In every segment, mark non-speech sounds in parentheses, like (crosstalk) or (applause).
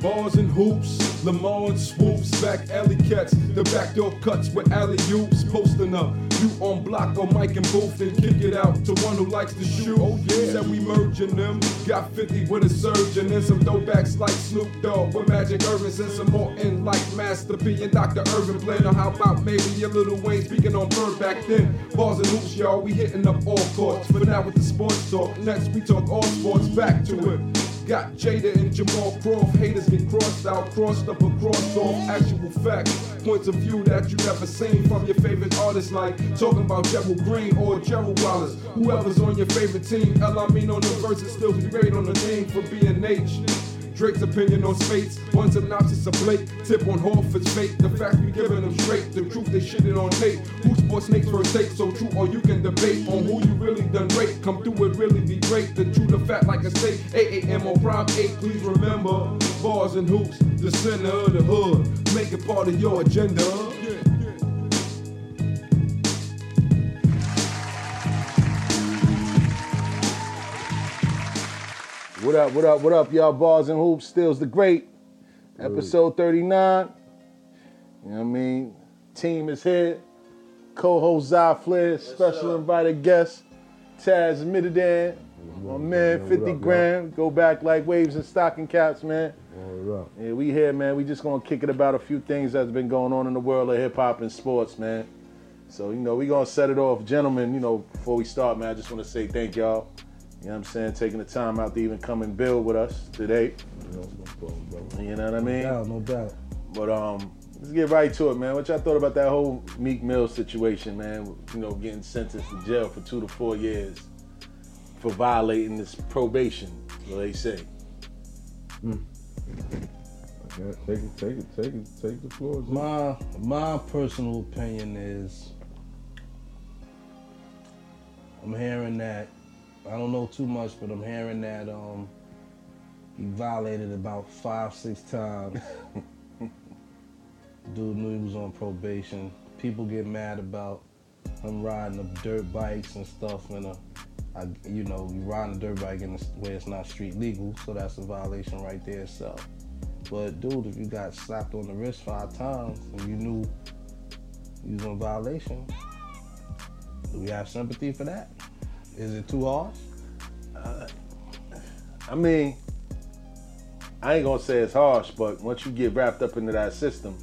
balls and hoops. Lamar and swoops, back alley cats. The backdoor cuts with alley oops. Posting up, you on block or Mike and Booth, then kick it out to one who likes to shoot. Oh yeah, said we merging them. Got 50 with a surgeon and some throwbacks like Snoop Dogg with Magic Irvin and some more in like Master P and Dr. Irvin. Playing on how about maybe a little Wayne speaking on bird back then. Balls and hoops, y'all, we hitting up all courts. For now with the sports talk, next we talk all sports. Back to it. Got Jada and Jamal Croft. Haters get crossed out, crossed up, and crossed off. Actual facts, points of view that you never seen from your favorite artists, like talking about Gerald Green or Gerald Wallace. Whoever's on your favorite team, El Amino on the verses still be great on the name for being H. Drake's opinion on space, one synopsis of Blake, tip on Horford's fate. The fact we giving them straight, the truth they shitting on tape. Who sports snakes first take, so true or you can debate on who you really done rape. Come through it really be great, the truth the fact like a state. 8 a.m. on prime 8, please remember. Bars and hoops, the center of the hood, make it part of your agenda. What up, what up, what up, y'all? Bars and Hoops, Stills the Great, episode 39. You know what I mean? Team is here. Co host Zy Flair, special invited guest, Taz Midadan. My man, 50 grand. Go back like waves and stocking caps, man. Yeah, we here, man. We just gonna kick it about a few things that's been going on in the world of hip hop and sports, man. So, you know, we gonna set it off. Gentlemen, you know, before we start, man, I just wanna say thank y'all. You know what I'm saying? Taking the time out to even come and build with us today. You know what I mean? doubt, no doubt. But um, let's get right to it, man. What y'all thought about that whole Meek Mill situation, man? You know, getting sentenced to jail for two to four years for violating this probation, what they say. Yeah, take it, take it, take it, take the floor. G. My my personal opinion is I'm hearing that I don't know too much, but I'm hearing that um he violated about five, six times. Dude knew he was on probation. People get mad about him riding the dirt bikes and stuff and a I, you know, you riding a dirt bike in a, where it's not street legal, so that's a violation right there itself. But dude, if you got slapped on the wrist five times and you knew you was in violation, do we have sympathy for that? Is it too harsh? I mean, I ain't gonna say it's harsh, but once you get wrapped up into that system,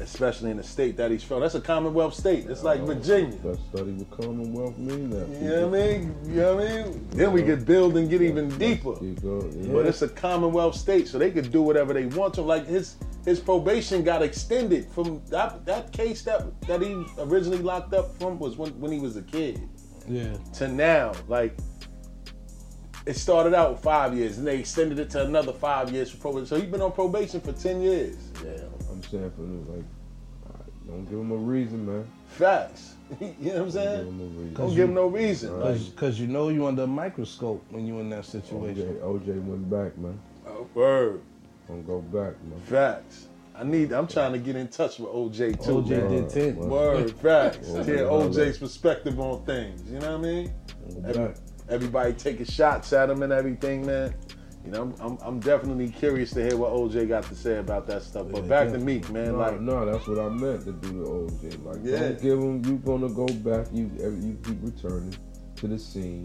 especially in the state that he's from, that's a Commonwealth state. It's like Virginia. That study with Commonwealth mean that. You know what I mean? You know what I mean? Then we could build and get even deeper. You go, yeah. But it's a Commonwealth state, so they could do whatever they want to. Like his his probation got extended from that that case that that he originally locked up from was when, when he was a kid Yeah. to now. Like it started out with five years, and they extended it to another five years for probation. So he's been on probation for ten years. yeah, I'm saying for this, like, all right, don't give him a reason, man. Facts. (laughs) you know what I'm saying? Don't give him a reason. Don't give him no reason. Like, Cause, 'cause you know you under a microscope when you in that situation. OJ, OJ went back, man. oh, word. Don't go back, man. Facts. I need. I'm trying to get in touch with OJ too. OJ man. did ten. Word. Word, facts. Word. Hear OJ's perspective on things. You know what I mean? Don't go Every, back. everybody taking shots at him and everything, man. You know, I'm, I'm, I'm definitely curious to hear what OJ got to say about that stuff. But Yeah, back to definitely. Meek, man. No, like, no, that's what I meant to do to OJ. Like, Yeah. don't give him. You gonna go back. You you keep returning to the scene.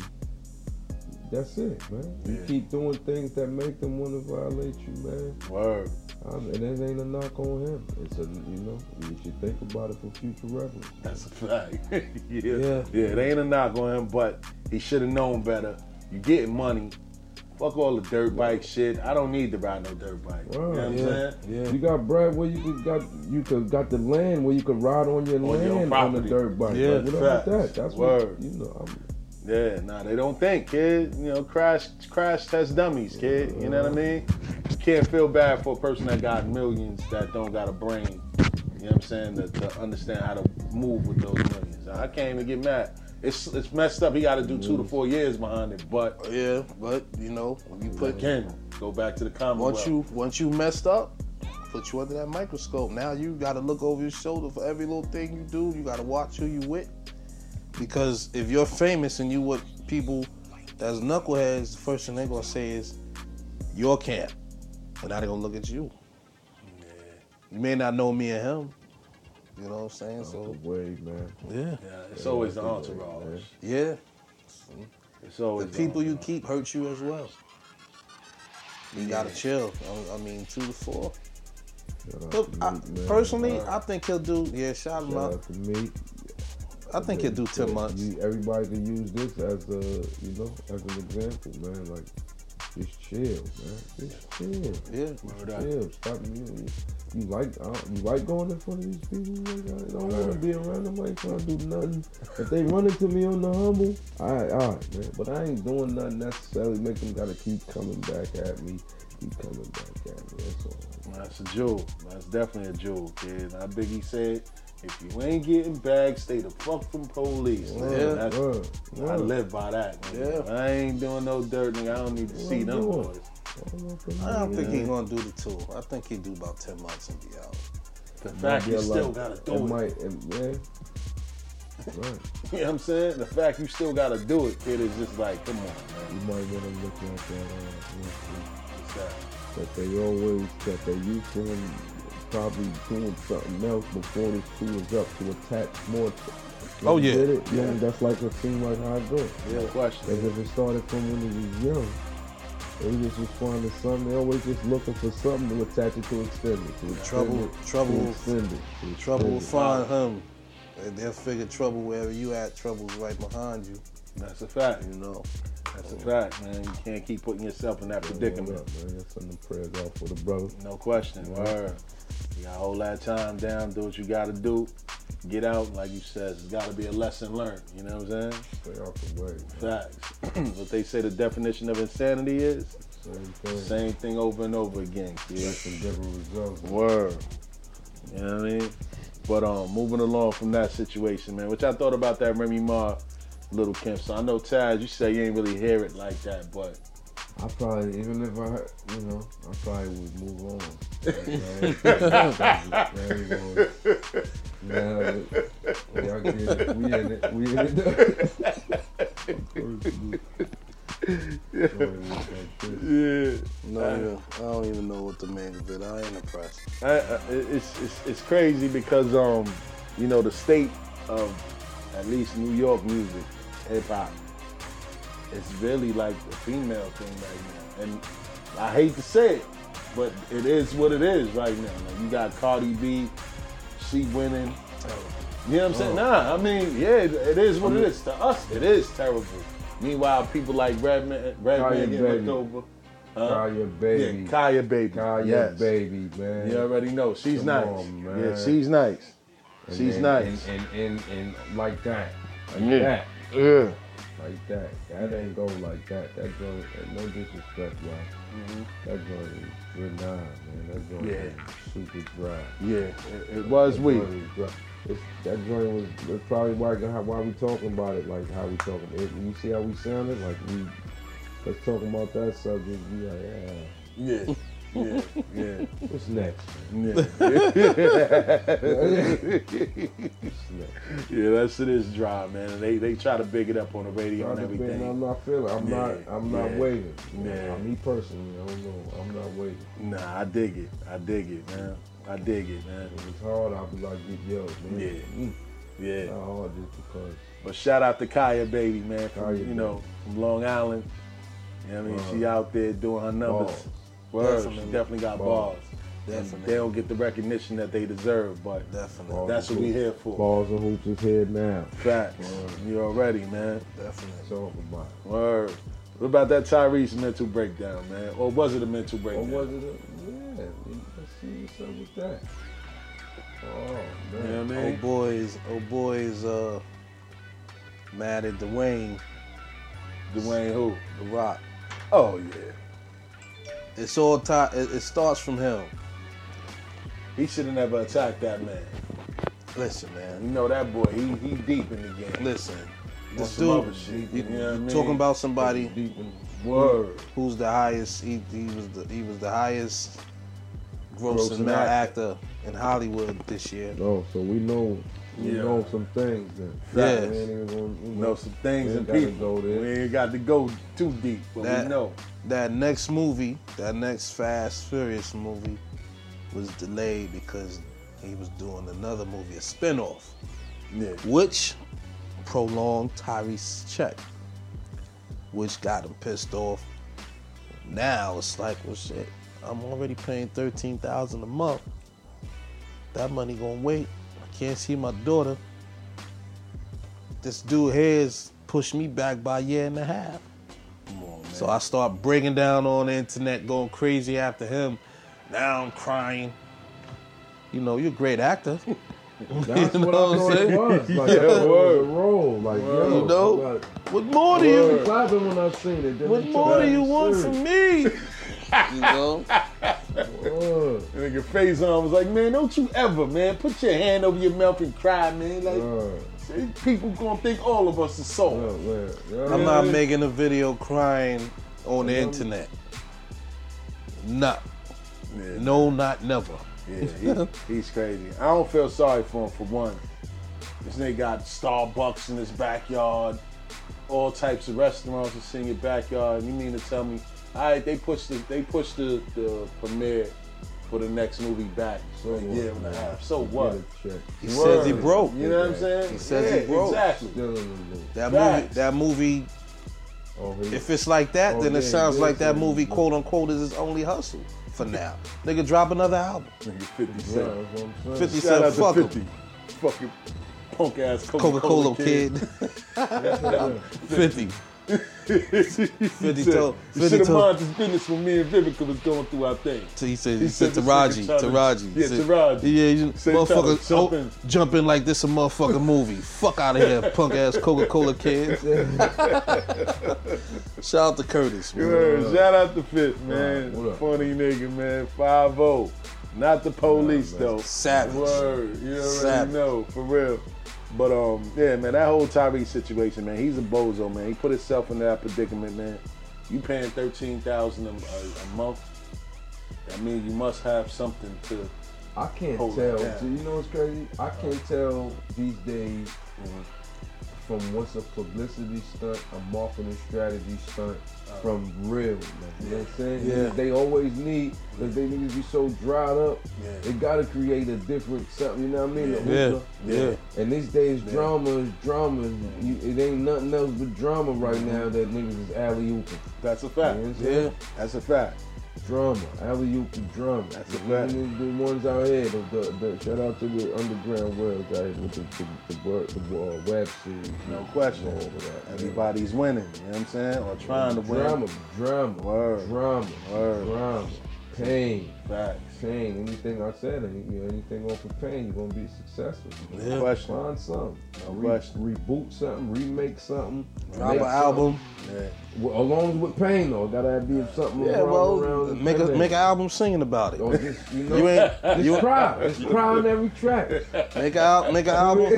That's it, man. You Yeah. keep doing things that make them want to violate you, man. word. Um, and it ain't a knock on him. It's a you know you should think about it for future reference. That's a fact. (laughs) yeah. yeah. Yeah. It ain't a knock on him, but he should have known better. You getting money. Fuck all the dirt bike shit. I don't need to ride no dirt bike. You know what I'm Word, saying? Yeah. You got bread where you could got you could got the land where you could ride on your On land your on the property. dirt bike. Yeah, like, what up with facts. that? That's Word. what you know. I'm, Yeah, nah, they don't think, kid. You know, crash crash test dummies, kid. You know what I mean? You can't feel bad for a person that got millions that don't got a brain. You know what I'm saying? To, to understand how to move with those millions. I can't even get mad. It's it's messed up. He got to do two to four years behind it. But Yeah, but you know, when you put again, go back to the Commonwealth. once you once you messed up, put you under that microscope. Now you got to look over your shoulder for every little thing you do. You got to watch who you with, because if you're famous and you with people that's knuckleheads, the first thing they're gonna say is your camp. But now they gonna look at you. You may not know me and him. You know what I'm saying? So Way, man. yeah, Yeah, it's always the entourage. yeah. It's always The people you keep hurt you as well. You gotta chill. I, I mean, two to four. Shout out Look, to I, Meek, man. personally, I think he'll do. Yeah, shout him Shout out. out Uh, to Meek. I think he'll do ten Yeah, months. You, everybody can use this as a, you know, as an example, man. Like, just chill, man. Just chill. Yeah, Chill. Stop. You, you, you like, uh, you like going in front of these people. Like, I don't want to be around them. I ain't trying to do nothing. If they run into me on the humble, all right, all right, man. But I ain't doing nothing necessarily. Make them gotta keep coming back at me. Keep coming back at me. That's all. That's a jewel. That's definitely a jewel, kid. Now Biggie said, if you ain't getting bags, stay the fuck from police. nigga. Yeah. That's- Word, I word. live by that. nigga. I ain't doing no dirt, nigga. I don't need to see them doing? boys. All up in I don't there, think man. he's gonna do the two. I think he do about ten months and be out. The fact you Yeah, still like, gotta it do it. Might, it, yeah. right. (laughs) You know what I'm saying? The fact you still gotta do it, kid, is just like, come on, man. You might want to look at that. Uh, listen, What's that? that they always that they used to him probably doing something else before this two was up to attack more. t- Oh, You yeah. get it? yeah. That's like it seemed like how it goes. Real question. As if it started from when he was young. They just was finding something. They always just looking for something to attach it to extend it. To extend Trouble- it, trouble- To extend it, to extend Trouble will it. find him. They- They'll figure trouble wherever you at. Trouble's right behind you. That's a fact. You know. That's a fact, man. You can't keep putting yourself in that Hold predicament. up, man. That's something to prayers out for the brother. No question. Word. You gotta hold that time down, do what you gotta do. Get out, like you said, it's gotta be a lesson learned. You know what I'm saying? Stay out the way. man. Facts. (clears throat) what they say the definition of insanity is Same thing. same thing over and over again, kid. Like some different results. Word. You know what I mean? But um, moving along from that situation, man, which I thought about that Remy Ma little Kim. So I know Taz, you say you ain't really hear it like that, but I probably, even if I, heard- you know, I probably would move on. Very on. Nah, but y'all get it. We in it. We in it. yeah, No, I, even, I don't even know what to make of it. I ain't impressed. I, I, it's, it's it's crazy because um, you know, the state of at least New York music, hip hop, it's really like a female thing right now, and I hate to say it, but it is what it is right now. Like, you got Cardi B, she winning. You know what I'm saying? Oh. Nah, I mean, yeah, it, it is what it is. To us, it is terrible. Meanwhile, people like Redman, Kaya Redman get Baby. looked over. Huh? Kaya yeah, baby. Kaya baby. Kaya yes. baby, man. You already know she's Come nice. on, man. Yeah, she's nice. And- she's and- nice. And, and, and, and like that. Like Yeah. that. Yeah. Like that. That ain't go like that. That joint, and no disrespect, y'all. That joint is good nine, man. That joint Mm-hmm. Yeah. is super dry. Yeah, it, it was That weak. joint is dry. It's, that joint was that's probably why how, why we talking about it like how we talking. It, you see how we sounded like we. Let's talk about that subject. We like, yeah. Yeah, (laughs) yeah, yeah, What's next? yeah. What's next? yeah, that shit is dry, man. And they they try to big it up on the radio I'm and just being- everything. I'm not feeling. I'm Yeah, not. I'm not yeah, waiting. yeah. Me personally, I don't know. I'm not waiting. Nah, I dig it. I dig it, man. I dig it, man. If it's hard, I'll be like, yo, man. Yeah. mm, Yeah. Not hard just because. But shout out to Kaya Baby, man, from, Kaya you Baby. know, from Long Island. You know what I mean? Word. she out there doing her numbers. Balls. Word. She Definitely. definitely got balls. Balls. And Definitely. they don't get the recognition that they deserve, but Definitely. Ball. that's what we here for. Balls and hoops is here now. Facts. You already, man. Definitely. Talk about. it. Word. What about that Tyrese mental breakdown, man? Or was it a mental Or breakdown? Oh, was it? A, yeah, let's see what's up with that. Oh You know man, what I Oh mean? boys, oh boys, uh, mad at Dwayne Dwayne who? the Rock. Oh yeah. It's all tied. It, it starts from him. He should have never attacked that man. Listen, You man. know that boy, he he deep in the game. Listen. This some other dude, shit, you you, know what I you mean? talking about somebody deep in Word. who's the highest? He, he was the he was the highest Grossing grossing male actor. actor in Hollywood this year. oh, so we know You Yeah. know some things. And Facts. We ain't even gonna, you know some things We and ain't gotta people. go there. We ain't got to go too deep, but That- we know. that next movie, that next Fast Furious movie, was delayed because he was doing another movie, a spinoff, Yeah. which prolonged Tyrese's check, which got him pissed off. Now it's like, well, shit, I'm already paying thirteen thousand a month. That money gonna wait. I can't see my daughter. This dude here's pushed me back by a year and a half. Come on, man. So I start breaking down on the internet, going crazy after him. Now I'm crying. You know, you're a great actor. (laughs) That's You what know what I thought I'm it saying? (laughs) was. Like, Yeah, that was a word. role. Like, yo, You know? somebody- What more do I was you? clapping when I seen it. Then What they more took do it you want serious. from me? You know, Word, And nigga Faison was like, man, don't you ever, man, put your hand over your mouth and cry, man. Like, word, people gonna think all of us is soft. word, word, word. I'm not making a video crying on the internet. Not, Yeah, no, not never. yeah, he- he's crazy. I don't feel sorry for him for one. This nigga got Starbucks in his backyard, all types of restaurants are in your backyard. You mean to tell me, all right, they pushed the they pushed the, the premiere for the next movie back. So what, yeah, and a man? half. So Get what? a check. He says he Word. broke. You know what I'm saying? He says he Yeah, broke. Exactly. Still in the loop. That movie, Facts. that movie. Oh, he- If it's like that, Oh, then it yeah, sounds yeah, like that yeah. movie, quote unquote, is his only hustle for now. Nigga, drop another (laughs) album. Nigga, 50 Yeah, Cent. that's what I'm saying. 50 Shout Cent, out fuck to 'em. 50. Fucking punk ass Coca Coca Cola Cola kid. (laughs) 50. 50 told- You 50 should have told- minded this business when me and Vivica was going through our thing. So he said, He he said, said this Taraji, nigga Taraji. Taraji. He Yeah, said, Taraji. Yeah, you Said motherfucker Taraji, oh, jumping. jumping like this a motherfucking movie. Fuck out of here, punk ass Coca Cola kid. (laughs) Shout out to Curtis, man. Good. Shout out to Fifth, uh, man. What up? Funny nigga, man. 5 0. Not the police, Nah, man. though. Savage. Word. You already Savage. know, for real. But, um, yeah, man, that whole Tyree situation, man, he's a bozo, man. He put himself in that predicament, man. You paying 13000 a, a, a month. I mean, you must have something to. I can't Hold tell. it down. Do You know what's crazy? I can't tell these days Mm-hmm. from what's a publicity stunt, a marketing strategy stunt, from real. Like, you know what I'm saying? Uh-huh. Yeah. They always need, because they niggas be so dried up, Yeah. they gotta create a different something, you know what I mean? A Yeah. hookah. Yeah. And these days, drama is drama. You, it ain't nothing else but drama right Mm-hmm. now that niggas is alley ooping. That's a fact. Yeah. yeah. That's a fact. Drama, alley oop and drama. That's the, a fact. the- the ones out here, the, the, the, shout out to the underground world guys with the the, the, word, the uh, web series. No question. All of that, Everybody's winning, you know what I'm saying? Or trying to win. Drama, drama, Word. drama, Word. drama, pain, Facts. pain. Anything I said, any- you know, anything off of pain, you're gonna be successful. No Question. Find something, No Re- question. reboot something, remake something, Drop make an something. album. Yeah. Well, along with pain though, gotta be something. Yeah, around- well, around make a pain. make an album singing about it. Or just, you know, You ain't you Just cry. Just cry on every track. (laughs) Make an al- make an album,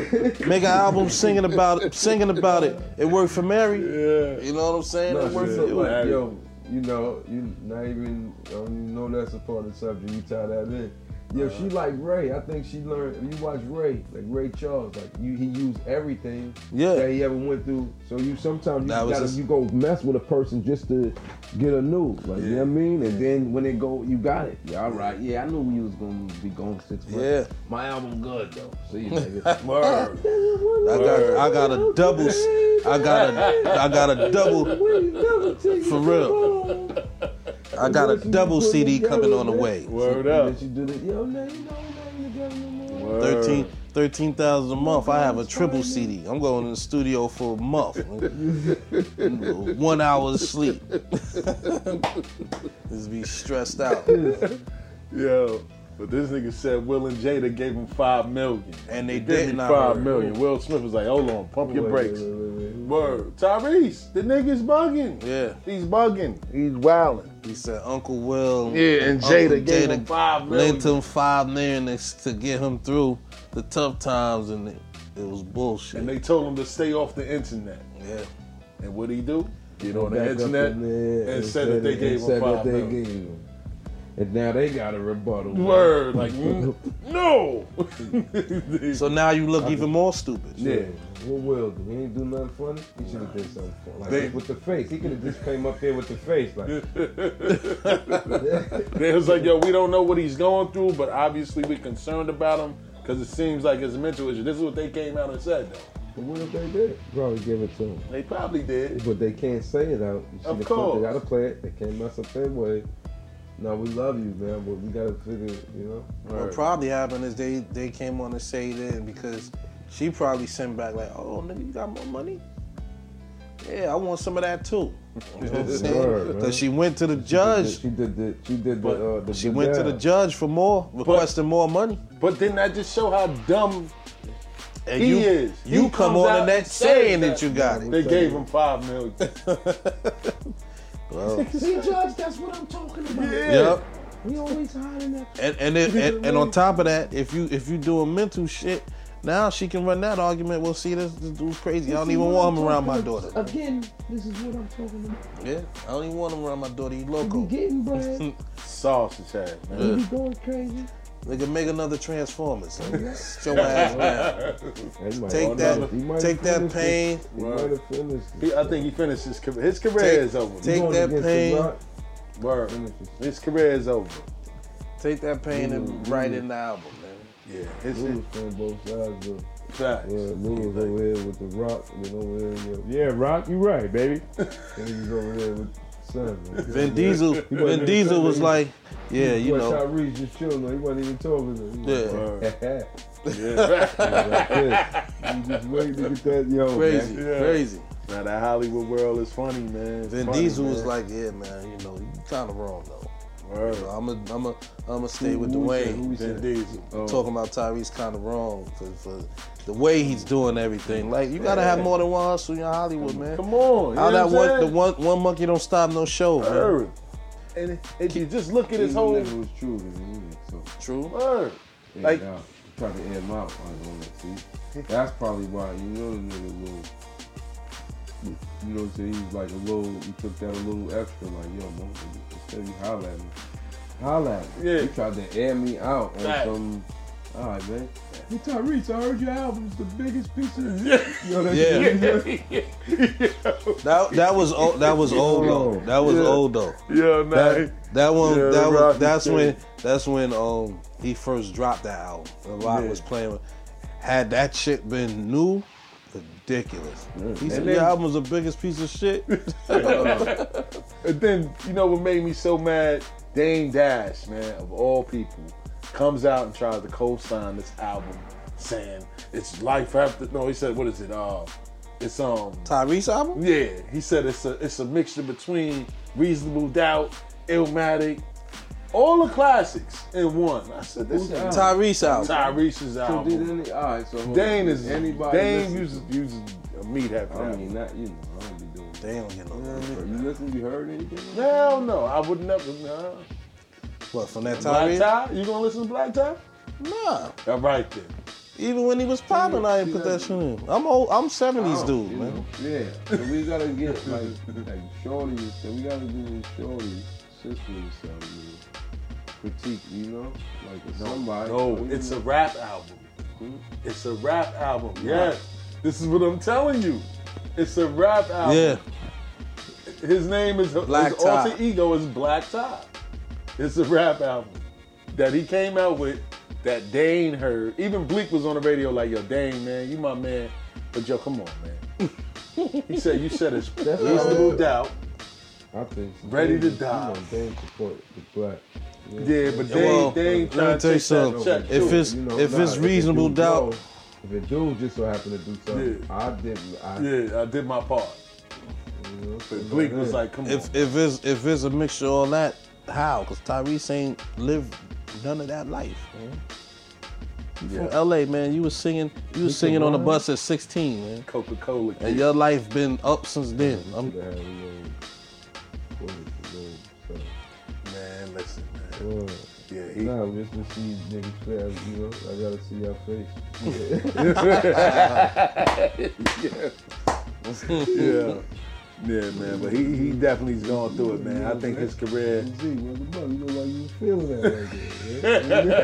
make an album singing about it, singing about it. It worked for Mary. Yeah. You know what I'm saying? No, It worked for shit, you. like, yo, you know, you not even, I don't even know that's a part of the subject. You tie that in. Yo, she like Ray. I think she learned. You watch Ray, like Ray Charles. Like you, he used everything Yeah. that he ever went through. So you sometimes you, That was gotta, just- you go mess with a person just to get a new. Like you know what I mean. And then when it go, you got it. Yeah, all right. Yeah, I knew we was gonna be going six months. Yeah. my album good though. See (laughs) you, nigga. Word. I got I got a double. s- I got a I got a double. For For real. I got a double CD coming on the way. Word That up. you do the yo, now you know, now you got no more. Word. 13 13,000 a month. I have a triple CD. I'm going to the studio for a month. (laughs) One hour of sleep. (laughs) Just be stressed out. Yo. But this nigga said Will and Jada gave him five million. And they Give did me not. five million. Will Smith was like, hold on, pump your Wait, brakes. wait, wait, wait. Word. Tyrese, the nigga's bugging. Yeah. He's bugging. He's wilding. He said Uncle Will. Yeah, and Uncle Jada gave him five million. Lent him five million to get him through the tough times, and it, it was bullshit. And they told him to stay off the internet. yeah. And what'd he do? Get on the Back up internet in there and said that they gave him said that five they million. gave him. and now they got a rebuttal. man. Word, like no. (laughs) So now you look even more stupid. Yeah. What Will do? He ain't do nothing funny. He should have did something funny. Like They- with the face. He could have just came up there with the face. Like, (laughs) They was like, yo, we don't know what he's going through, but obviously we're concerned about him because it seems like it's a mental issue. This is what they came out and said, though. but what if they did? Probably give it to him. They probably did. But they can't say it out. You Of should have course. They gotta play it. They can't mess up their way. Now we love you, man, but we gotta figure, you know. What probably happened is they they came on to say that because she probably sent back like, oh nigga, you got more money? Yeah, I want some of that too. You know what I'm (laughs) Word, saying? man. Cause she went to the judge. She did the she did the But uh the She the went to the dab. judge for more, requesting more money. But didn't that just show how dumb And He you, is. You He come comes on out and that and says saying that that. you got it. they gave him five million? Well, See judge, that's what I'm talking about. yep. We always hiding that And and, if, and and on top of that, if you if you doing mental shit, now she can run that argument. Well, see, this, this dude's crazy. I don't even want him around my daughter. Uh, Again, this is what I'm talking about. Yeah, I don't even want him around my daughter. You loco. (laughs) getting bread. (laughs) Sausage head, man. Yeah. going crazy. Nigga, make another Transformers. Oh, nigga. Sit your ass down. Take that, take that pain. He might have finished. it. He, I think he finished his career. His career Take- is over. take- Going that against the pain. rock, Word. finish it. His career is over. Take that pain and Mm-hmm. write in the album, man. Yeah. His, his Lewis on both sides of facts. yeah, Lewis over here with the rock and then over here. Yeah, yeah Rock, you right, (laughs) baby. and he's over here with son. man. Vin Diesel, Vin Diesel was like, yeah, you Boy, know, Tyrese just chilling. He wasn't even talking to him. Yeah. (laughs) Yeah. Yeah. (laughs) like this. You just waiting to get that, yo. crazy, Man. Yeah. crazy. now that Hollywood world is funny, man. It's Vin funny, Diesel was man. like, yeah, man, you know, you kind of wrong though. Word. So I'm a, I'm a, I'm a stay Who- with who was that? Who Dwayne. was Vin that? Diesel. Oh. Talking about Tyrese kind of wrong for, for the way he's doing everything. Like you gotta have more than one hustle in Hollywood, man. Come on. you How know that what I'm one, the saying? one, one monkey don't stop no show, man. Word. And if you just look at his He whole never was true to me either, so. True. word. Yeah, Like- nah, try to air my eyes on it, see? That's probably why, you know, the nigga little, you know what I'm saying? He was like a little, he took that a little extra, like, yo, man, instead of you holler at me, holler at me. Yeah. You tried to air me out on Facts. some, all right, man. Hey, Tyrese, I heard your album's the biggest piece of Yo, that's Yeah. (laughs) yo, That that was old. (laughs) That was old though. That was Yeah. old though. yo, nah. That, that one. Yeah, that was, Rocky that's City. when. That's when um he first dropped that album. The rock Yeah. was playing. with Had that shit been new, ridiculous. He said And the then- album was the biggest piece (laughs) of shit. And then you know what made me so mad? Dame Dash, man, of all people, comes out and tries to co-sign this album, saying it's life after. No, he said, what is it? Uh, it's um, Tyrese album. yeah. He said it's a it's a mixture between Reasonable Doubt, Illmatic, all the classics in one. I said this Who's is that? Tyrese album. Tyrese's So did album. any, all right, so. hold Dane on. is anybody Dane listen- uses uses a meathead for I that. mean, not, you know, I don't be doing that. They don't get no. You know what I mean? You listen, you heard anything? Hell no, I would never. Nah. What from that Black Tyrese? Tie? You gonna listen to Black Tie? Nah. All right then. Even when he was popping, I didn't See put that that- shit in. I'm old. I'm '70s Oh, dude, you man. know, Yeah, but we gotta get like like shorty. and stuff. we gotta do with shorty sister or something. you know, Critique, you know, like with somebody. No, it's a rap album. Hmm? It's a rap album. Yes. This is what I'm telling you. It's a rap album. Yeah. His name is Black his alter Tie. ego is Black Tie. It's a rap album that he came out with that Dane heard. Even Bleak was on the radio like, "Yo, Dane, man, you my man, but yo, come on, (laughs) man." he said, "You said it's That's reasonable not- doubt." I think so. Ready to You die. know, Dame support the black. Yeah, but Dane, Well, Dane let me trying tell to take you that something. check If too. it's- if it's it reasonable do doubt- go- if it do just so happen to do something, Yeah. I didn't. I, yeah, I did my part. you know, But Bleak was like, "Come on." If if it's if it's a mixture of all that, how? Cause Tyrese ain't lived none of that life, man. You Yeah. From LA, man, you was singing you was singing on the bus at 16, man. Coca Cola. And your life been up since then. I'm, Yeah, you know, what is it, Man, listen, man. you know, so, uh, Yeah, he, Nah, just to see niggas fast, you know. I gotta see your face. yeah. Yeah, man, but he, he definitely has gone through it, man. I think his career. Z, man, the mother, you know why you feeling that right there. man? You know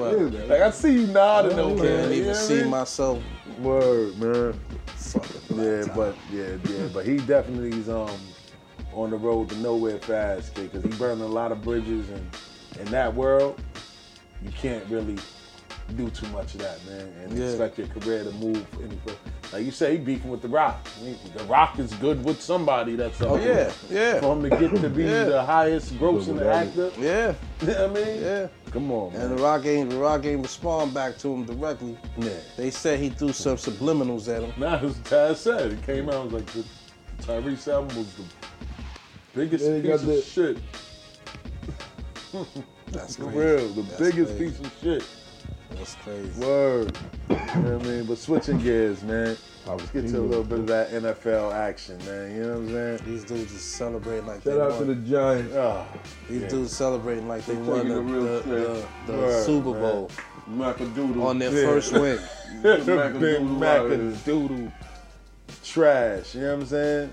why you feeling that. Like I see you nodding over there. Can't you know even what I see mean? myself. word, man. Fucking Yeah, but yeah, yeah, but he definitely is um on the road to nowhere fast because he burned a lot of bridges and in that world you can't really do too much of that, man, and Yeah. expect your career to move any further. Like you say, he beefing with the Rock. I mean, the Rock is good with somebody that's Oh out yeah, there. yeah, For him to get to be Yeah. the highest grossing Good with actor, (laughs) yeah, you know what I mean, yeah. come on, man. And the Rock ain't the Rock ain't respond back to him directly. Yeah. They said he threw some subliminals at him. Nah, as Taz said, it came out it was like the Tyrese album was the biggest Yeah, he piece got of the- shit. That's For crazy. real, the That's biggest crazy. piece of shit. That's crazy. Word. you know what I mean? But switching gears, man. I was Let's get to a little bit of that NFL action, man. You know what I'm saying? These dudes is celebrating like Shout they out won. to the Giants. Oh, These Yeah. dudes celebrating like they They won taking the, it real the, serious. the- the Word, Super man. Bowl (laughs) Macadoodle. on their Yeah. (laughs) first win. Big Macadoodle Mac doodle trash. You know what I'm saying?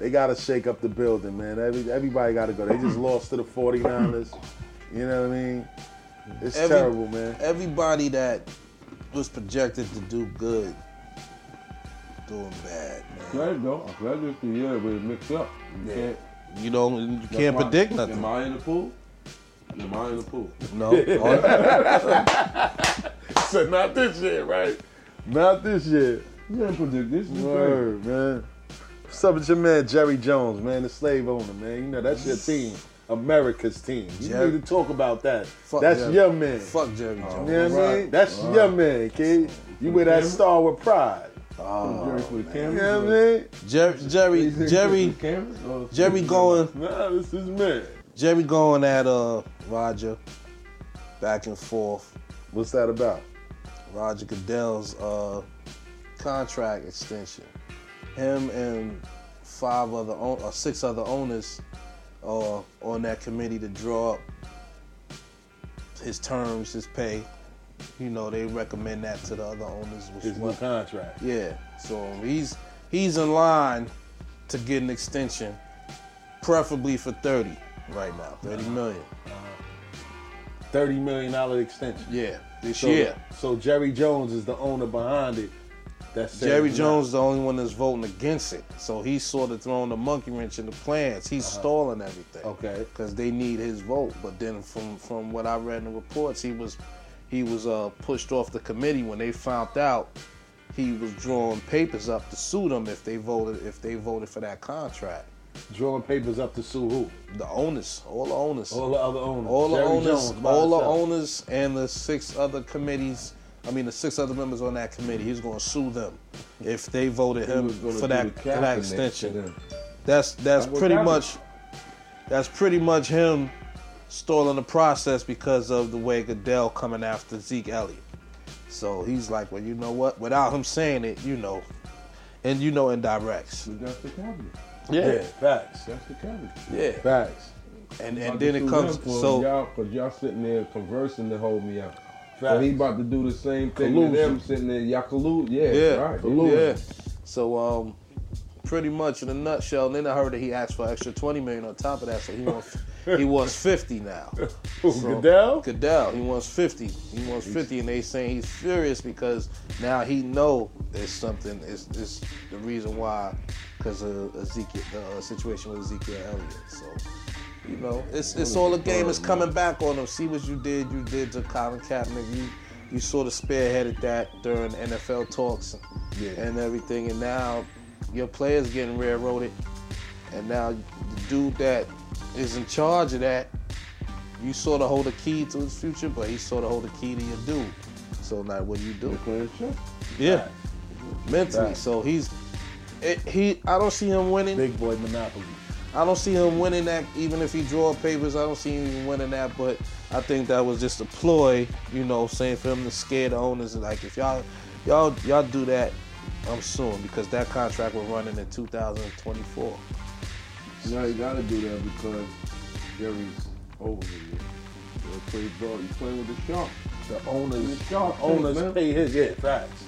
They gotta shake up the building, man. Every, everybody gotta go. They (clears throat) just lost to the 49ers. You know what I mean? It's Every- terrible, man. Everybody that was projected to do good, doing bad. Man. Glad though. I'm glad this the year was mixed up. You can't, You don't, you can't That's why- predict nothing. Am I in the pool? Am I in the pool? No, (laughs) Oh, So not this year, right? Not this year. You didn't predict this. This is crazy. Word, man. What's up with your man Jerry Jones, man, the slave owner, man? You know that's your team, America's team. You Jerry- need to talk about that. Fuck that's Jerry. your man. fuck Jerry You Jones. know what I mean? Right. That's Right. your man, kid. You wear that Jerry- star with pride. Jerry for the You camera. know what I mean? Jerry, Jerry, Jerry, Oh, Jerry going, Nah, this is man. Jerry going at uh Roger, back and forth. What's that about? Roger Goodell's uh, contract extension. Him and five other own- or six other owners are on that committee to draw up his terms, his pay. You know, they recommend that to the other owners. Which His new one- contract. yeah, so he's he's in line to get an extension, preferably for 30 right now, 30 Uh-huh. million. Thirty million dollar extension. Yeah, this So, year. So Jerry Jones is the owner behind it. That's saying Jerry nah. Jones is the only one that's voting against it. So he's sort of throwing the monkey wrench in the plans. He's stalling everything. Uh-huh. Okay. Because they need his vote. But then from from what I read in the reports, he was he was uh, pushed off the committee when they found out he was drawing papers up to sue them if they voted if they voted for that contract. Drawing papers up to sue who? The owners, all the owners. All the other owners. All the Jerry owners, Jones by all the himself. owners, and the six other committees. I mean, the six other members on that committee. He's going to sue them if they voted him for that, for that extension. That's that's That would pretty happen. much that's pretty much him stalling the process because of the way Goodell coming after Zeke Elliott. So he's like, well, you know what? Without him saying it, you know, and you know, indirects. But that's the cabinet. Yeah, facts. That's the cabinet. yeah. Facts. And About and to then it sue comes them for so. y'all because y'all sitting there conversing to hold me out. So Facts. he about to do the same thing to Collusion. them sitting there. Y'all collude, yeah, Yeah, right. yeah. So um, pretty much in a nutshell. Then I heard that he asked for an extra twenty million on top of that, so he wants he wants fifty now. Who, So- Goodell? Goodell, he wants fifty. He wants fifty, and they saying he's furious because now he know there's something. It's, it's the reason why, because of Ezekiel, the uh, situation with Ezekiel Elliott. So. You know, it's it's all a game. It's coming back on them. See what you did. You did to Colin Kaepernick. You you sort of spearheaded that during NFL talks Yeah. and everything. And now your players getting railroaded. And now the dude that is in charge of that, you sort of hold the key to his future, but he sort of hold the key to your dude. So now what do you do? Yeah, mentally. Right. So he's it, he. I don't see him winning. Big boy monopoly. I don't see him winning that. Even if he draw papers, I don't see him even winning that. But I think that was just a ploy, you know, saying for him to scare the owners. Like if y'all, y'all, y'all do that, I'm suing because that contract will run in 2024. No, you gotta do that because Jerry's over here. You play ball. You play with the shark. The owners, The shark owners tank, man. pay his. Yeah, facts.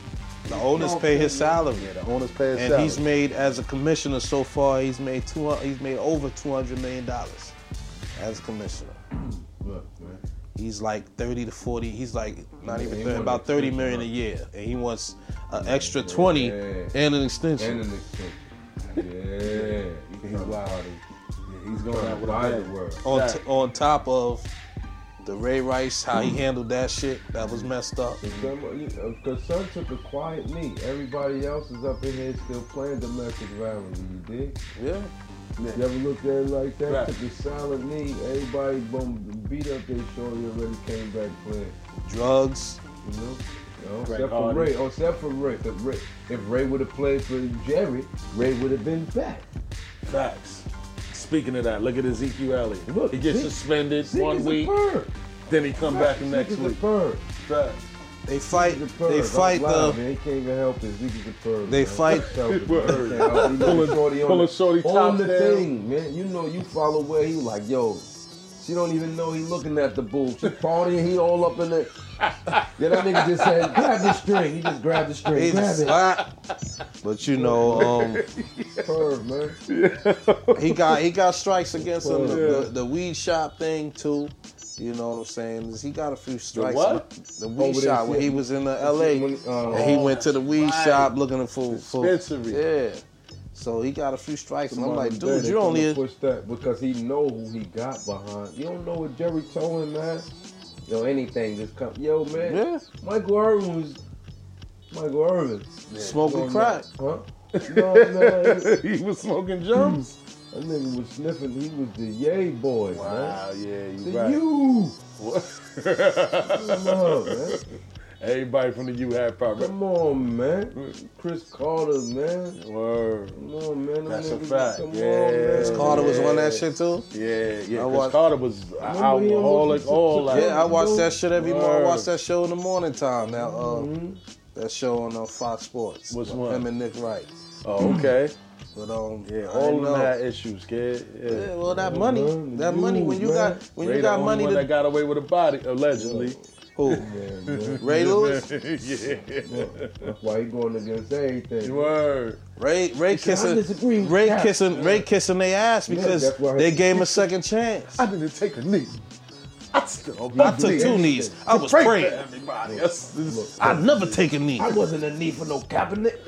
The owners pay his salary. The owners pay his and salary. he's made as a commissioner so far. He's made two. He's made over two hundred million dollars as commissioner. Look, man. He's like thirty to forty. He's like not even he 30, wanted about thirty million a year, and he wants an extra twenty and an extension. And an extension. Yeah. He's wild. Yeah, he's going out with a the word. on t- Exactly. on top of the Ray Rice, how he handled that shit, that was messed up. Because son took a quiet knee. Everybody else is up in here still playing domestic rivalry, you dig? Yeah, You ever looked at it like that? Right. Took a solid knee. Everybody boom, beat up their shoulder and already came back playing. drugs. You know? You know, Greg except for Hardy. Ray. Oh, except for Ray. If Ray, if Ray would have played for Jerry, Ray would have been back. Facts. Speaking of that, look at Ezekiel Elliott. Look, he gets Zeke- suspended Zeke one is a week, bird. then he come back the Zeke next is a week. bird. Facts. They fight. He's a perv. They I'm fight lying, the. Man. He can't even help it. Zeke's a perv. They man. fight- Self- he Word. can't help it. He got Pulling- shorty on pulling the- shorty on top the down. thing, man. You know, you follow where he like, yo. She don't even know he looking at the bull. She partying, he all up (laughs) in it. Yeah, that nigga just said, grab the string. He just grabbed the string. They grab just- it. ah. But you know, um, Perv, man. he got he got strikes against him. The, Yeah. the, the weed shop thing too. You know what I'm saying? He got a few strikes. what? The weed Over there, shop when yeah. he was in the L.A. When, uh, and he went to the weed right. shop looking for, for Dispensary. Yeah. So he got a few strikes, and Come I'm on, like, them dude, daddy you only couldn't push that because he know who he got behind. You don't know what Jerry told him, man. Yo, anything just come. Yo, man. Yeah. Michael Irvin was Michael Irvin. smoking Going crack. back, Huh? No, man. (laughs) he was smoking jumps. (laughs) That nigga was sniffing. He was the yay boy, man. Wow, yeah, The you right. you. What? Come on, man. Everybody from the U had probably. Come on, man. Chris Carter, man. Word. Come on, man. Them That's a niggas, fact. Come Yeah. on, man. Chris Carter was on that Yeah. shit too. Yeah, yeah. I Because watched- Carter was an Remember him alcoholic, looking- all that. Yeah, I watch that shit every morning. I watch Word. that show in the morning time. Now, uh, that show on uh, Fox Sports. Which with one? Him and Nick Wright. Oh, okay. But um, Yeah, I all know. of that issues, kid. Yeah. Yeah, well, that money, man, that you, money. When you man. got, when Ray you the got only money one to that got away with a body, allegedly. who? Ray Lewis. (laughs) yeah. That's why he going against everything. Word. Ray, Ray I kissing, disagree. with Ray that. kissing, Ray kissing their ass because that's why- they gave him a second chance. I didn't take a knee. I Oh, still I took two knees. I was praying. everybody. That's- this- I never take a knee. I wasn't in need for no cabinet.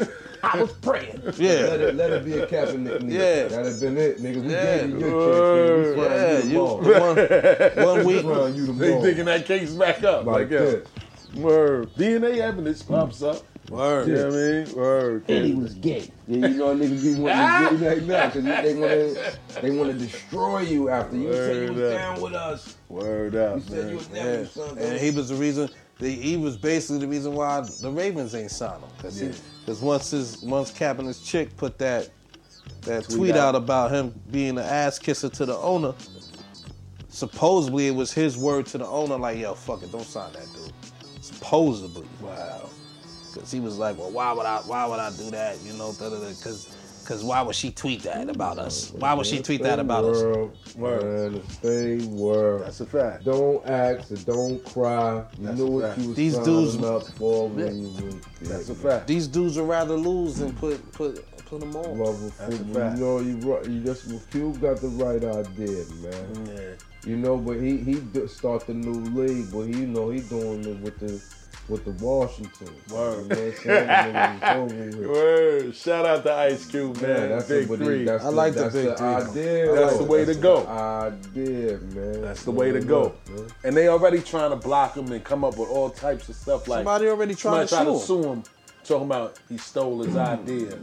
I was praying. Let Yeah, it, let it be a cabinet. Nigga. Yeah. That'd have been it, nigga. We Yeah. gave you your chance, nigga. We yeah. (laughs) flying you the You ball. one, one We week. flying you the They ball. digging that case back up. like yeah. this. Word. DNA evidence pops up. Word. You know what I mean? Word. And he was gay. Yeah, you know niggas be wanting to get right now because they want to they want to destroy you after you said you Word was up. down with us. Word up, You said you man. would never Yeah. do something. And he was the reason. The, he was basically the reason why the Ravens ain't signed him. Cause, Yeah. he, Cause once his once Cap and his chick put that that tweet, out. out. about him being an ass kisser to the owner. Supposedly it was his word to the owner, like yo, fuck it, don't sign that dude. Supposedly. Wow. Cause he was like, well, why would I? Why would I do that? You know, da, da, da, cause. Cause why would she tweet that about us? Why would she tweet that about us? world, Word. Man, if they were. That's a fact. Don't ask and don't cry. You That's knew a what fact. you was These signing dudes- up for when you was That's a big. fact. These dudes would rather lose than put put put them on. Love of That's a food. fact. You know, you, right- you just well, Cube got the right idea, man. Yeah. You know, but he he d- start the new league, but he you know he doing it with the with the Washington. Word. You know what I'm saying? Niggas is over with. (laughs) Word. Shout out to Ice Cube, Yeah, man. that's Big what he- three. that's I like the that's big the three. idea. That's the way to go. The idea, man. That's the way to Straight go. up, man. And they already trying to block him and come up with all types of stuff like Somebody already trying to try sue to him. Mm. sue him, talking about he stole his idea.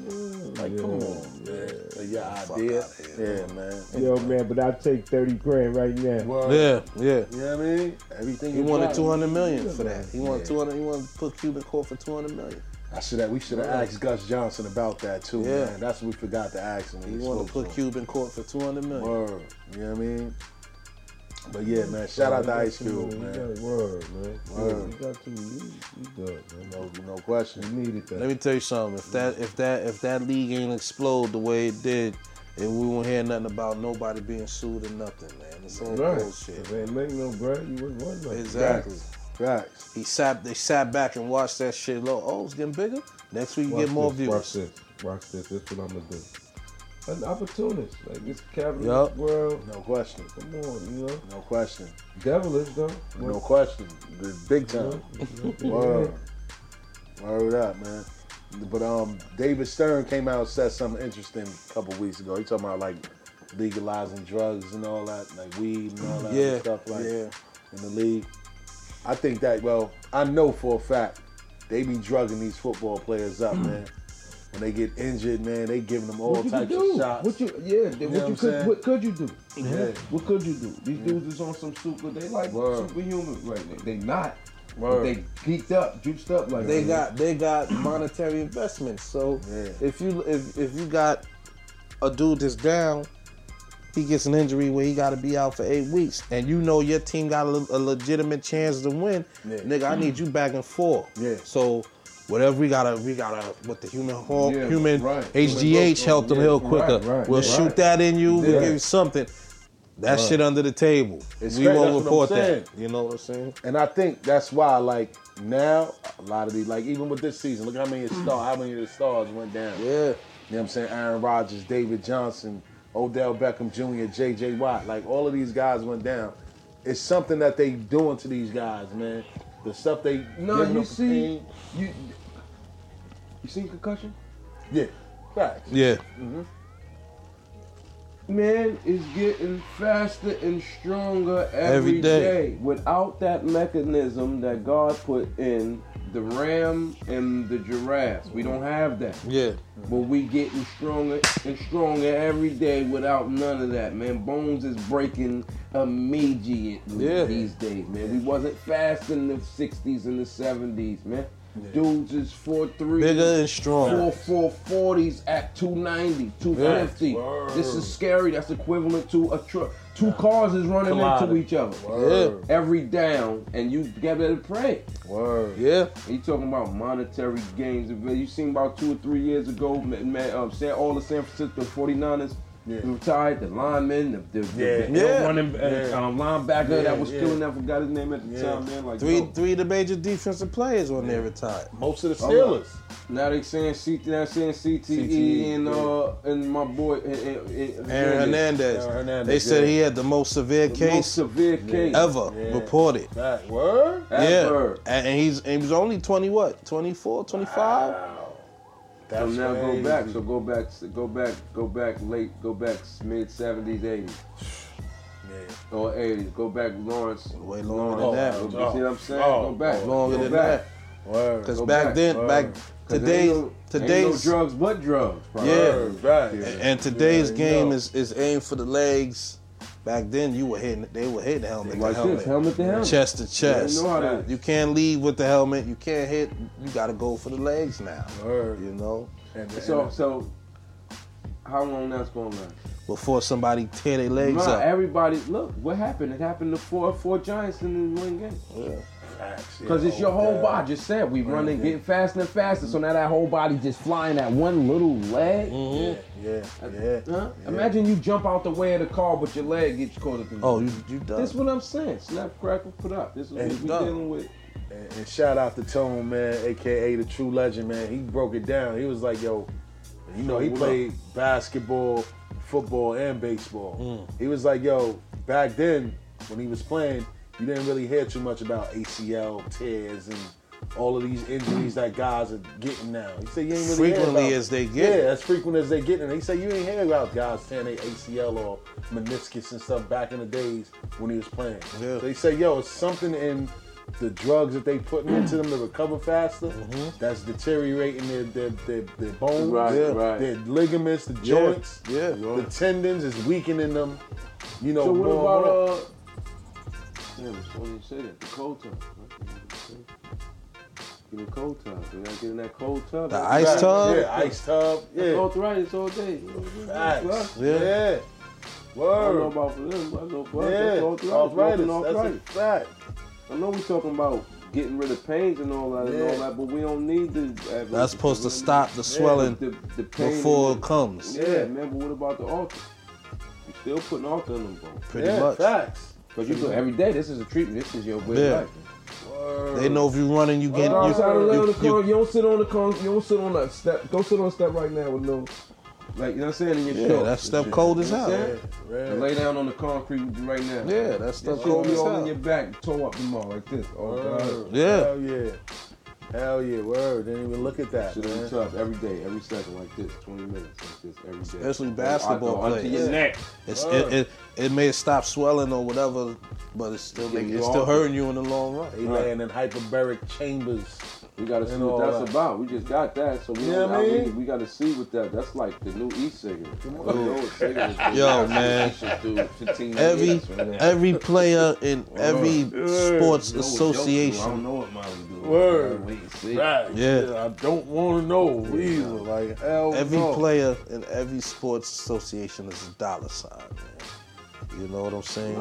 Like, come on, man. Your idea. Yeah, man. Yo, man, but I take 30 grand right now. Word. Yeah, yeah. You know what I mean? Everything He you wanted try. two hundred million for that. He wanted two hundred. He wanted to put Cuban Court for two hundred million. I should have. We should have asked Gus Johnson about that too, Yeah. man. That's what we forgot to ask him. when He we wanted to spoke put him. Cuban Court for two hundred million. Word. You know what I mean? But yeah, man. Shout out to Ice Cube, You man. got word, man. Word. You got to you, you good, man. No, no question. You needed that. Let me tell you something. If that if that if that league ain't explode the way it did, and we won't hear nothing about nobody being sued or nothing, man. It's all Right. bullshit. If they ain't make no bread, you wouldn't want nothing. Exactly. Facts. He sat. They sat back and watched that shit. Low. Oh, it's getting bigger. Next week you get more this, Watch views. this. Watch this. This what I'm gonna do. An opportunist. Like this capitalist Yup. world. No question. Come on, you know. No question. Devilish though. No question. The big time. (laughs) Word. Word up, man. But um, David Stern came out and said something interesting a couple weeks ago. He talking about like legalizing drugs and all that, like weed and all that Yeah, stuff like yeah. in the league. I think that well, I know for a fact they be drugging these football players up, man. When they get injured, man, they giving them all Mm. What you could types do? of shots. What you? Yeah. What you, know what I'm could? saying? What could you do? Yeah. What could you do? These dudes is on some super. They like Word. superhuman right now. They not. But Word. they geeked up, juiced up like They that. got they got monetary investments. So Yeah. if you if, if you got a dude that's down, he gets an injury where he got to be out for eight weeks, and you know your team got a, le- a legitimate chance to win. Yeah. Nigga, I need you back and forth. Yeah. So whatever we gotta we gotta what the human hor- Yeah, human right. HGH helped him heal right, quicker. right, we'll right. shoot that in you. We'll Yeah. give you something. That shit under the table. It's crazy, we that's what won't I'm report saying. that. You know what I'm saying? And I think that's why, like now, a lot of these, like even with this season, look how many star, how many of the stars went down. You know Yeah. what I'm saying? Aaron Rodgers, David Johnson, Odell Beckham Jr., J.J. Watt, like all of these guys went down. It's something that they doing to these guys, man. The stuff they giving No, you them for see, pain. you you seen concussion? yeah, facts. Yeah. Man is getting faster and stronger Every every day. day. Without that mechanism that God put in the ram and the giraffe, we don't have that. Yeah. But we getting stronger and stronger every day without none of that, man. Bones is breaking immediately Yeah. these days, man. We wasn't fast in the '60s and the '70s, man. Dudes is four three, Bigger and stronger. four four forties at 290, 250. This is scary. That's equivalent to a truck. Two cars is running Colliding. into each other Yeah. every down, and you get better pray. Word. Yeah. And You talking about monetary gains. You seen about two or three years ago, man, man um, San, all the San Francisco 49ers Yeah. retired, the linemen, the, the, the, Yeah. Yeah. running uh, Yeah. um, linebacker Yeah, that was yeah. killing that, forgot his name at the Yeah. time, man. Like, Three yo, three of the major defensive players when they retired. Most of the I'm not- Steelers. now they saying, C, now saying CTE, CTE, and uh, and my boy and, and, and- E, Aaron Hernandez. Aaron Hernandez, They said yeah. he had the most severe the most case severe case ever Yeah. reported. That word. ever. Yeah. And and he's and he was only 20 what? 24, 25? So That's now go crazy. back. So go back. Go back. Go back. Late. Go back. Mid seventies, eighties, Yeah. or eighties. Go back. Lawrence. Way longer than Go- that. you see what I'm saying? Oh, go back. Longer go than back. Word. Cuz Go back, back. then Word. back 'Cause today's ain't no, ain't no today's drugs, but drugs. probably. Yeah. Word. Right. and today's Yeah, you game know. is is aimed for the legs. Back then you were hitting they were hitting helmet Like to helmet. this, helmet to helmet. Chest to chest. You know how that- You can't lead with the helmet. You can't hit. You gotta go for the legs now. Word. You know, And, and, So so, how long that's gonna last? before somebody tear their legs Nah, eh. up. everybody, look what happened. It happened to four four Giants in one game. facts, yeah. Because it's your Oh, whole God. body. I just said we running, getting faster and faster. So now that whole body just flying that one little leg. Yeah, yeah, yeah. Huh? yeah. Imagine you jump out the way of the car, but your leg gets caught up in. Oh, you you done? That's what I'm saying. Snap, crackle, put up. This is what Hey, we done. dealing with. And, and shout out to Tone, man, aka the true legend, man. He broke it down. He was like, yo, you know, he What up? played basketball, football, and baseball. He was like, yo, back then when he was playing, you didn't really hear too much about ACL tears and all of these injuries that guys are getting now. He said you ain't really hear Frequently about- as they get it. Yeah, as frequent as they get it. He said you ain't hear about guys tearing their ACL or meniscus and stuff back in the days when he was playing. Yeah. So he said, yo, it's something in the drugs that they putting into them to recover faster that's deteriorating their their, their, their bones, Mm-hmm. Right, their, right. their ligaments, the joints, yeah. the tendons is weakening them. You know, So what more and about more. uh? Damn, it's funny you say that. The cold tub. Get in the cold tub. You gotta get in that cold tub. The ice Right, tub? Yeah, ice tub. Yeah. Arthritis all day. Facts. Facts. Yeah. Yeah. I don't know Word. about for them, but I know for us, Yeah. that's Arthritis. arthritis. Walking That's a arthritis. fact. I know we talking about getting rid of pains and all that Yeah. and all that, but we don't need the. That's supposed to stop the swelling the, the pain before and it the- comes. Yeah, man. But what about the altar? You still putting altar in them bones. Pretty yeah, much. Facts. Cause you put every day. This is a treatment. This is your way Yeah. of life. They know if you running, you get. Get outside You, around the you, car. You, don't sit on the car. You don't sit on that step. Don't sit on a step right now with no, like you know what I'm saying. In your yeah, shorts that and stuff shit. cold You as know what hell. I'm saying? And lay down on the concrete with you right now. Yeah, that stuff That shit cold be as all in your hell. back, toe up tomorrow like this. Oh god, Word. Yeah. Hell yeah. Hell yeah. Word. Didn't even look at that. shit on man. top every day, every second like this, 20 minutes like this every day. Especially basketball Under players. your Yeah. neck. It's, it, it it may stop swelling or whatever, but it's still Yeah, you it's still all- hurting you in the long run. They laying in hyperbaric chambers. We gotta see And what all that's that. about. We just got that, so we Yeah, don't- I man. mean, we gotta see what that. That's like the new e-cigarette. The old (laughs) cigarettes, they Yo, last man. just do 15 Every years, man. every player (laughs) in every sports You know what Joe do, I association. don't know what mine do. Word. Wait and see. Yeah. I don't want to know either. Like hell Every no. player in every sports association is a dollar sign, man. You know what I'm saying?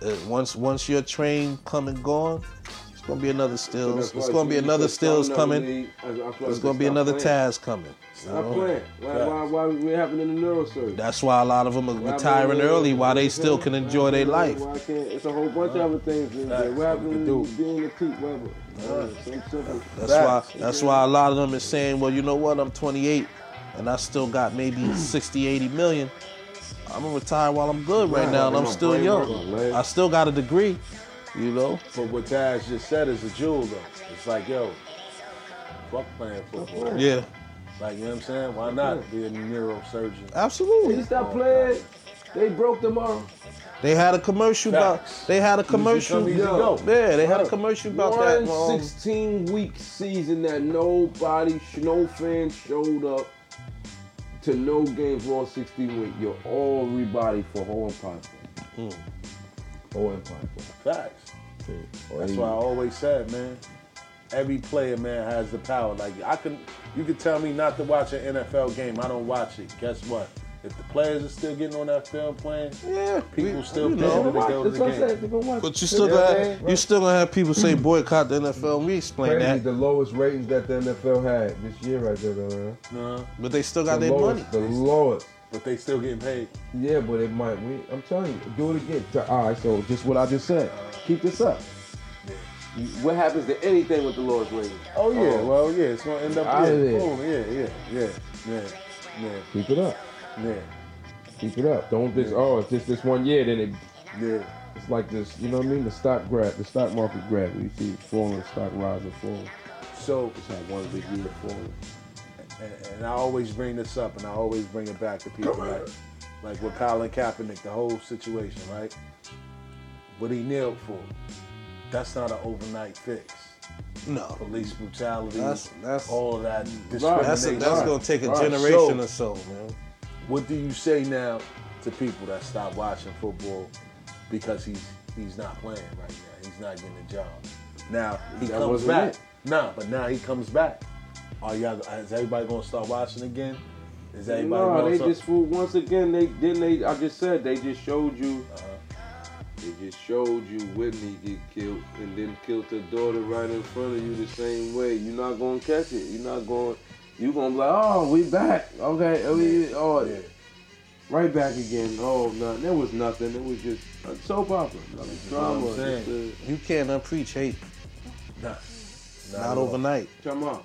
Uh, Once once your train come and gone, it's gonna be another So stills. that's It's why gonna be you another put stills something on the coming. lead, that's- that's why I It's said gonna be stop another playing. Taz coming. Stop playing. Why, why, why we happening in the neurosurgery? That's why a lot of them are retiring early while they still can enjoy their life. Why can't- It's a whole bunch of other things. in there. What happened to being a peak rebel? Some simple- That's why. That's why a lot of them is saying, "Well, you know what? I'm 28, and I still got maybe 60, 80 million. I'm gonna retire while I'm good right now, and I'm still young. I still got a degree, you know. But what Taz just said is a jewel though. It's like yo, fuck playing football. Yeah, Like you know what I'm saying? Why not be a neurosurgeon? He absolutely. stopped playing. They broke tomorrow. They had a commercial about. Facts. They had a commercial. come, easy Yeah, go. they had a commercial about that. One um, 16 week season that nobody, sh- no fan showed up to no games for all 16 week. You're all everybody for whole empire. Oh, and Piper. Facts. That's why I always said, man. Every player, man, has the power. Like I can, you can tell me not to watch an NFL game. I don't watch it. Guess what? If the players are still getting on that field playing, yeah, people we- still you paying know. to go to That's the what I game. said. They gonna watch. But you still gonna you still gonna have people say boycott the NFL. and We explain Crazy. that, The lowest ratings that the NFL had this year, right there, man. No, but they still got their The money. lowest. The lowest. but they still getting paid. Yeah, but it might. We, I'm telling you, do it again. T- All right, so just what I just said. Keep this up. You- What happens to anything with the lowest rating? Oh yeah, well yeah, it's gonna end up Outta yeah, there. boom, yeah, yeah, yeah, yeah, yeah, Keep it up. yeah, Keep it up. Don't just oh, it's just this one year. Then it, yeah. it's like this. You know what I mean? The stock grab, the stock market grab. You see it falling, the stock rising, falling. So, It's like one big year falling. and, and I always bring this up, and I always bring it back to people, like, like with Colin Kaepernick, the whole situation, right? What he kneeled for, that's not an overnight fix. No, Police brutality, That's- that's- all of that That's discrimination. that's gonna take a Right. generation So- or so, man. What do you say now to people that stop watching football because he's he's not playing right now? He's not getting a job. Now he That comes wasn't back. it. Nah, but now he comes back. Are y'all? Is everybody gonna start watching again? Is everybody? No, gonna they start- just fooled once again. They then they. I just said they just showed you. Uh-huh. They just showed you Whitney get killed and then killed her daughter right in front of you the same way. You're not gonna catch it. You're not going. You gonna be like, oh, we back. Okay, oh, we, oh Yeah. right back again. Oh, no, there was nothing. It was just a soap opera, nothing drama. I'm saying. just You can't unpreach hate. Nah, Not overnight. a- uh, Come on.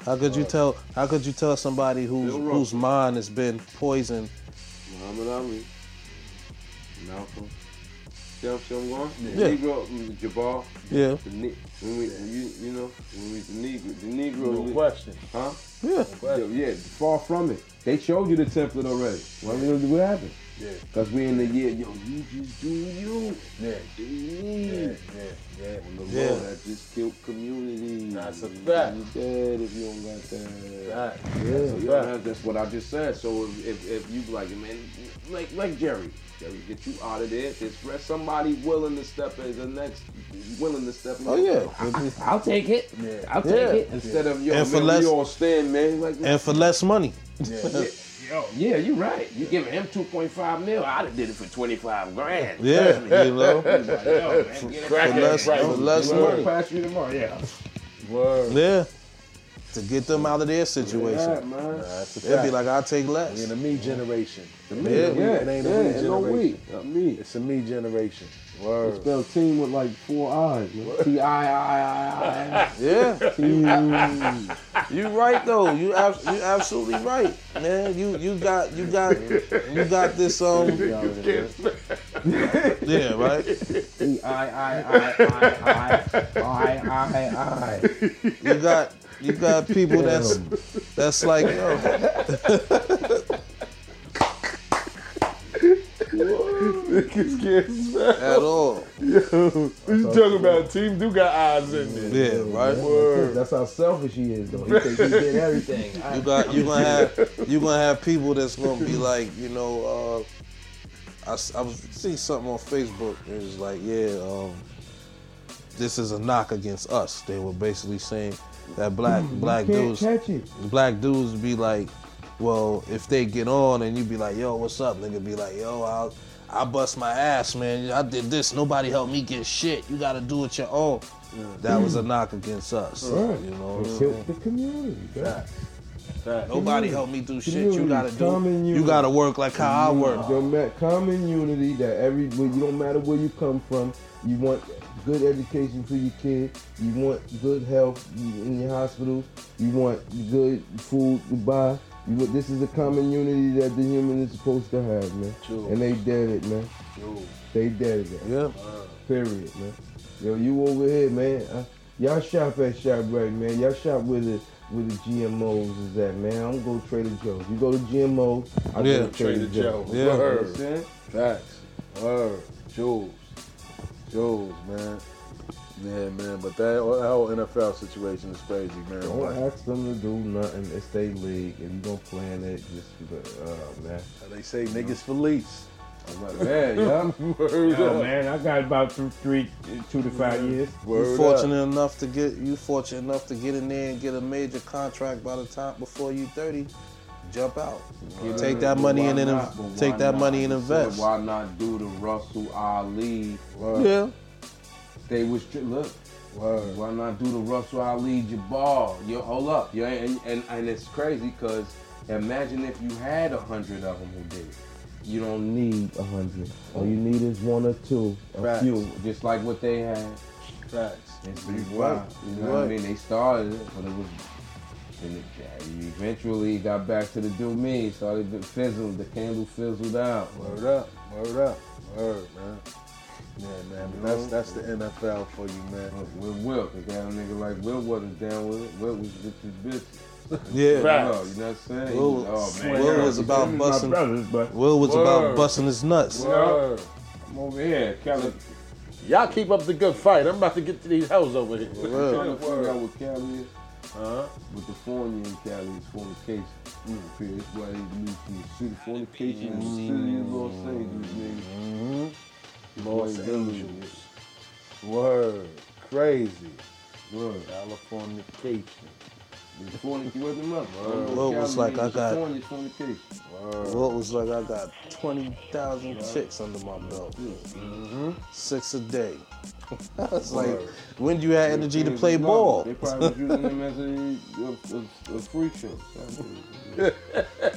How could you tell? How could you tell somebody whose Bill Russell. whose mind has been poisoned? Muhammad Ali, Malcolm. See how I'm going? Yeah. Negro, mm, Jabbar. Yeah, The ne- when we, you, you know, when we the Negro, the No Negro, question. huh? yeah. Yeah, yeah, far from it. They showed you the template already. Well, you know what happened? Yeah, Cause we in the year, yo, you just do you, yeah, do yeah, me. yeah, yeah. The Yeah. law that just killed community. That's a You fact. dead if you don't got that. Right. Yeah, That's a you fact. know, that's what I just said. So if, if, if you like, man, like like Jerry, Jerry, get you out of there. There's somebody willing to step in the next, willing to step in. Oh yeah. I'll take it. Yeah. I'll take Yeah. it. Instead of yo, And for man, less- we all stand, man. Like, oh, And for less money. Yeah, yeah, you're right. You giving him 2.5 mil. I'd have did it for 25 grand. Yeah, you (laughs) know. Crack For less, right. for less Word. money. Pass you tomorrow. Yeah. Word. Yeah. To get them out of their Yeah, situation, man. That's a they'd fact. be like, "I'll take we in less." the me generation. Yeah, Yeah, yeah, it ain't a yeah, we and no generation. we. Me. It's a me generation. It's spelled team with like four eyes. Man. T I I I I. (laughs) Yeah, Team. (laughs) you right though. You abs- you absolutely right, man. You you got you got you got this (laughs) um yeah right. T I I I I I (laughs) I I I. You got you got people that's that's like yo. Niggas can't spell. at all. What you talking about? Team do got eyes in there. Yeah, right. Word. That's how selfish he (laughs) is, though. He thinks he did everything. I, You got you gonna have you gonna have people that's gonna be like, you know, uh, I, s- I was seeing something on Facebook. It was like, yeah, um, this is a knock against us. They were basically saying that black black can't dudes catch it. black dudes be like, well, if they get on and you be like, yo, what's up? Nigga be like, yo, I'll, I bust my ass, man. I did this. Nobody helped me get shit. You gotta do it your own. That was a knock against us. Right. You know, what I'm It saying? killed the community. God. nobody helped me do shit. Community, You gotta do. common You unity. gotta work like how I work. Don't matter, common unity that every well, you don't matter where you come from. You want good education for your kid. You want good health in your hospitals. You want good food to buy. You want, this is the common unity that the human is supposed to have, man. True. And they did it, man. They did it. Yeah. Period, man. Yo, you over here, man. Uh, y'all shop at ShopRite, man. Y'all shop where the where the GMOs is at, man. I'm gonna go Trader Joe's. You go to GMO, I Yeah, go to Trader, Trader Joe's. Joe's. Yeah. Word. You understand? Facts. Word. Jules. Jules, man. Yeah, man. But that, that whole NFL situation is crazy, man. Don't Like, ask them to do nothing. It's their league. If you gonna plan it, just uh, man. they say niggas for lease. I'm like, man, (laughs) yeah. Yo, man, I got about two, three, two to five years. You Word up. fortunate enough to get you fortunate enough to get in there and get a major contract by the time before you thirty. Jump out. Yeah, Take that but money why and then not? But take why that not? money and You said, invest. Why not do the Russell Ali? Word. Yeah. They was tr- look. Word. Why not do the Russell Ali Jabal? Yo, hold up, yo, and and, and it's crazy because imagine if you had a hundred of them who did it. You don't need A hundred. All you need is one or two, a Facts. few. just like what they had. Facts. And so You you right. right. You know what I mean? They started it, but it was. And it, you eventually got back to the do me. Started to fizzle. The candle fizzled out. Word up, word up, word, man. Yeah, man, but that's that's the NFL for you, man. With with Will, because that nigga like Will wasn't down with it. Will was with this bitch. Yeah. Oh, You know you know what I'm saying? Will, oh man, Will yo, was about I'm busting. brothers, but Will was Word. about busting his nuts. Word. I'm over here. Kelly, Y'all keep up the good fight. I'm about to get to these hoes over here. (laughs) I'm Word. trying to figure out what Kelly is. Uh-huh. With the Fournier and Cali is fornication. Mm. That's why they moved from the city fornication in the city of Los Angeles, nigga. Mm-hmm. Los Angeles. Word, crazy. Word. Californication. It's fornic- Where's the mother? Will was like, I got- California fornication. Will was like, I got twenty thousand chicks under my belt, Mm-hmm. six a day. (laughs) I was like, when do you have energy to They play love ball? them. They probably was using them as a, a, a, a free show.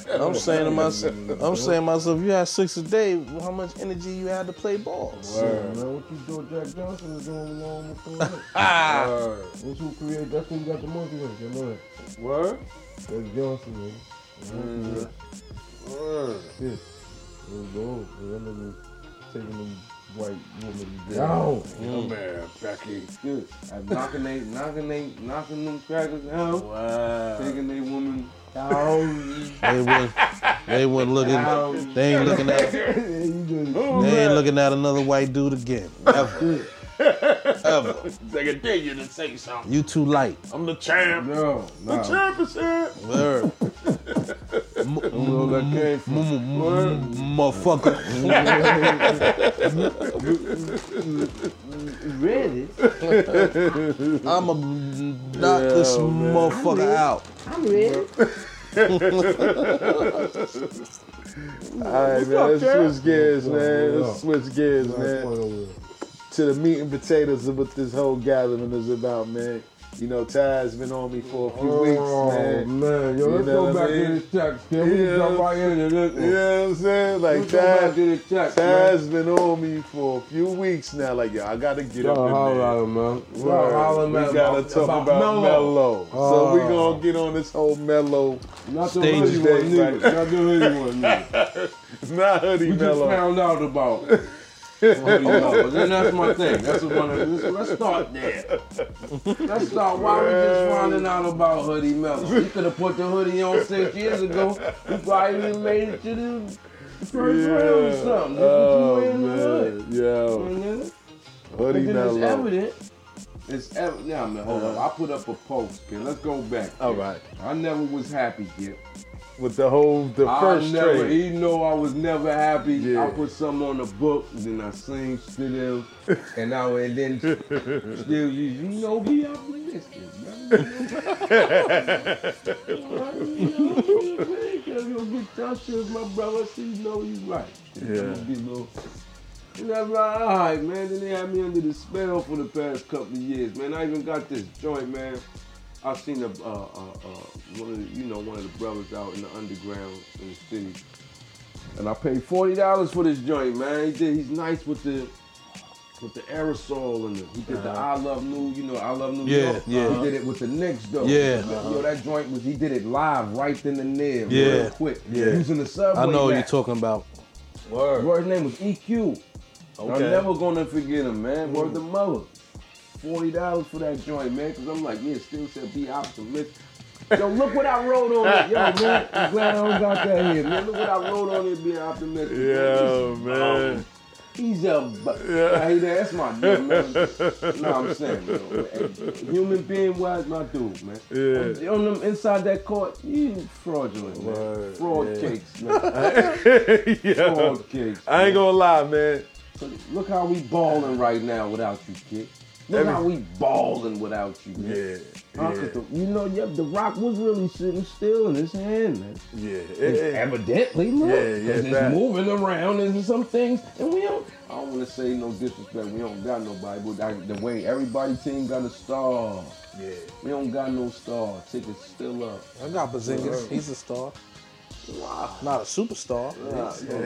Oh, I'm saying to myself, I'm saying to myself, you had six a day. How much energy you had to play ball? Word. Man, what you doing? Jack Johnson was doing along with all (laughs) that. Word. That's who created. That's who got the monkey with. You know that. Word. Jack Johnson, man. Word. Mm-hmm. Word. Shit. It was old. That nigga was taking them white women down. Come here, Becky. Good. I'm knocking they, knocking they, knocking them crackers down. Wow. Taking (laughs) they woman down. They wouldn't, they wouldn't look at, down. they ain't looking (laughs) at, they Yeah, you good. ain't looking at another white dude again, ever, ever. Nigga, dare you to say something. You too light. I'm the champ. No, The no. champ is here. Word. M- Where that came from. m- m- Motherfucker. Really? I'ma knock this motherfucker out. All right, man. Let's switch gears, man. Yeah. Let's switch gears, man. Point over there. to the meat and potatoes of what this whole gathering is about, man. You know, Ty's been on me for a few oh, weeks, man. man. Yo, You let's know go what I back mean? to this text, kid. We Yeah. can jump right into this one. You know what I'm saying? Like Let's go back Taz, to this text, man. Taz been on me for a few weeks now. Like, yo, I gotta get Y'all up in holler there. at him, man. Y'all Word. holler we at him gotta about- Ah. talk about, Mello. so we gonna get on this whole Mello, Not the Stage hoodie one, day, nigga. Not the hoodie one, (laughs) nigga. not hoodie We just Mello. found out about. hoodie Mello. Then that's my thing. That's the one. Of, let's, let's start there. Let's start. Why we just finding out about hoodie Mello? We could have put the hoodie on six years ago. We probably even made it to the first round or something. Just Oh, what you wearing the hood. man. Yo, Mhm. hoodie And then it's Mello. evident. It's evident. Nah, man, hold up. I put up a post, kid. Let's go back. All right, I never was happy, kid. with the whole the I first never, trade. even though I was never happy, Yeah. I put some on the book, then I sing to (laughs) them, and I and then still you, you know be optimistic. Uh-huh. Because my brother, so you know he's right. Yeah. And that's why, all right, man. Then they had me under the spell for the past couple of years, man. I even got this joint, man. I seen a, uh, uh, uh, one of the, you know one of the brothers out in the underground in the city, and I paid forty dollars for this joint, man. He did, he's nice with the with the aerosol and the, he did the I love New, you know I love New Yeah, York. yeah. He did it with the Knicks though. Yeah. Yo, that joint was he did it live right then and there, Yeah, real quick, yeah. using the subway. I know what you're map. talking about. Word's name was EQ. Okay. Hmm. I'm never gonna forget him, man. Word the mother. Forty dollars for that joint, man. Cause I'm like, yeah, still said be optimistic. (laughs) Yo, look what I wrote on it. Yo, man, I'm glad I don't got that here, man. Look what I wrote on it, being optimistic. man. Yo, man. He's a, yeah. hey, that's my (laughs) dude, man. no, I'm saying, yo, man. human being wise, my dude, man. Yeah. On them inside that court, you fraudulent, man. Word, Fraud yeah. (laughs) cakes, man. Yo, Fraud cakes. I ain't man. gonna lie, man. So look how we balling right now without you, kid. Look Every- how we balling without you. Man. Yeah, Huh? yeah, 'Cause the- you know, yeah, the rock was really sitting still in his hand, man. yeah. It- It's it- evidently, look, Yeah, yeah, 'cause it's fact. moving around and there's some things, and we don't. I don't want to say no disrespect. We don't got nobody, but I, the way everybody team got a star, Yeah, we don't got no star. Tickets still up. I got Bazingas. He's a star, Wow. not a superstar.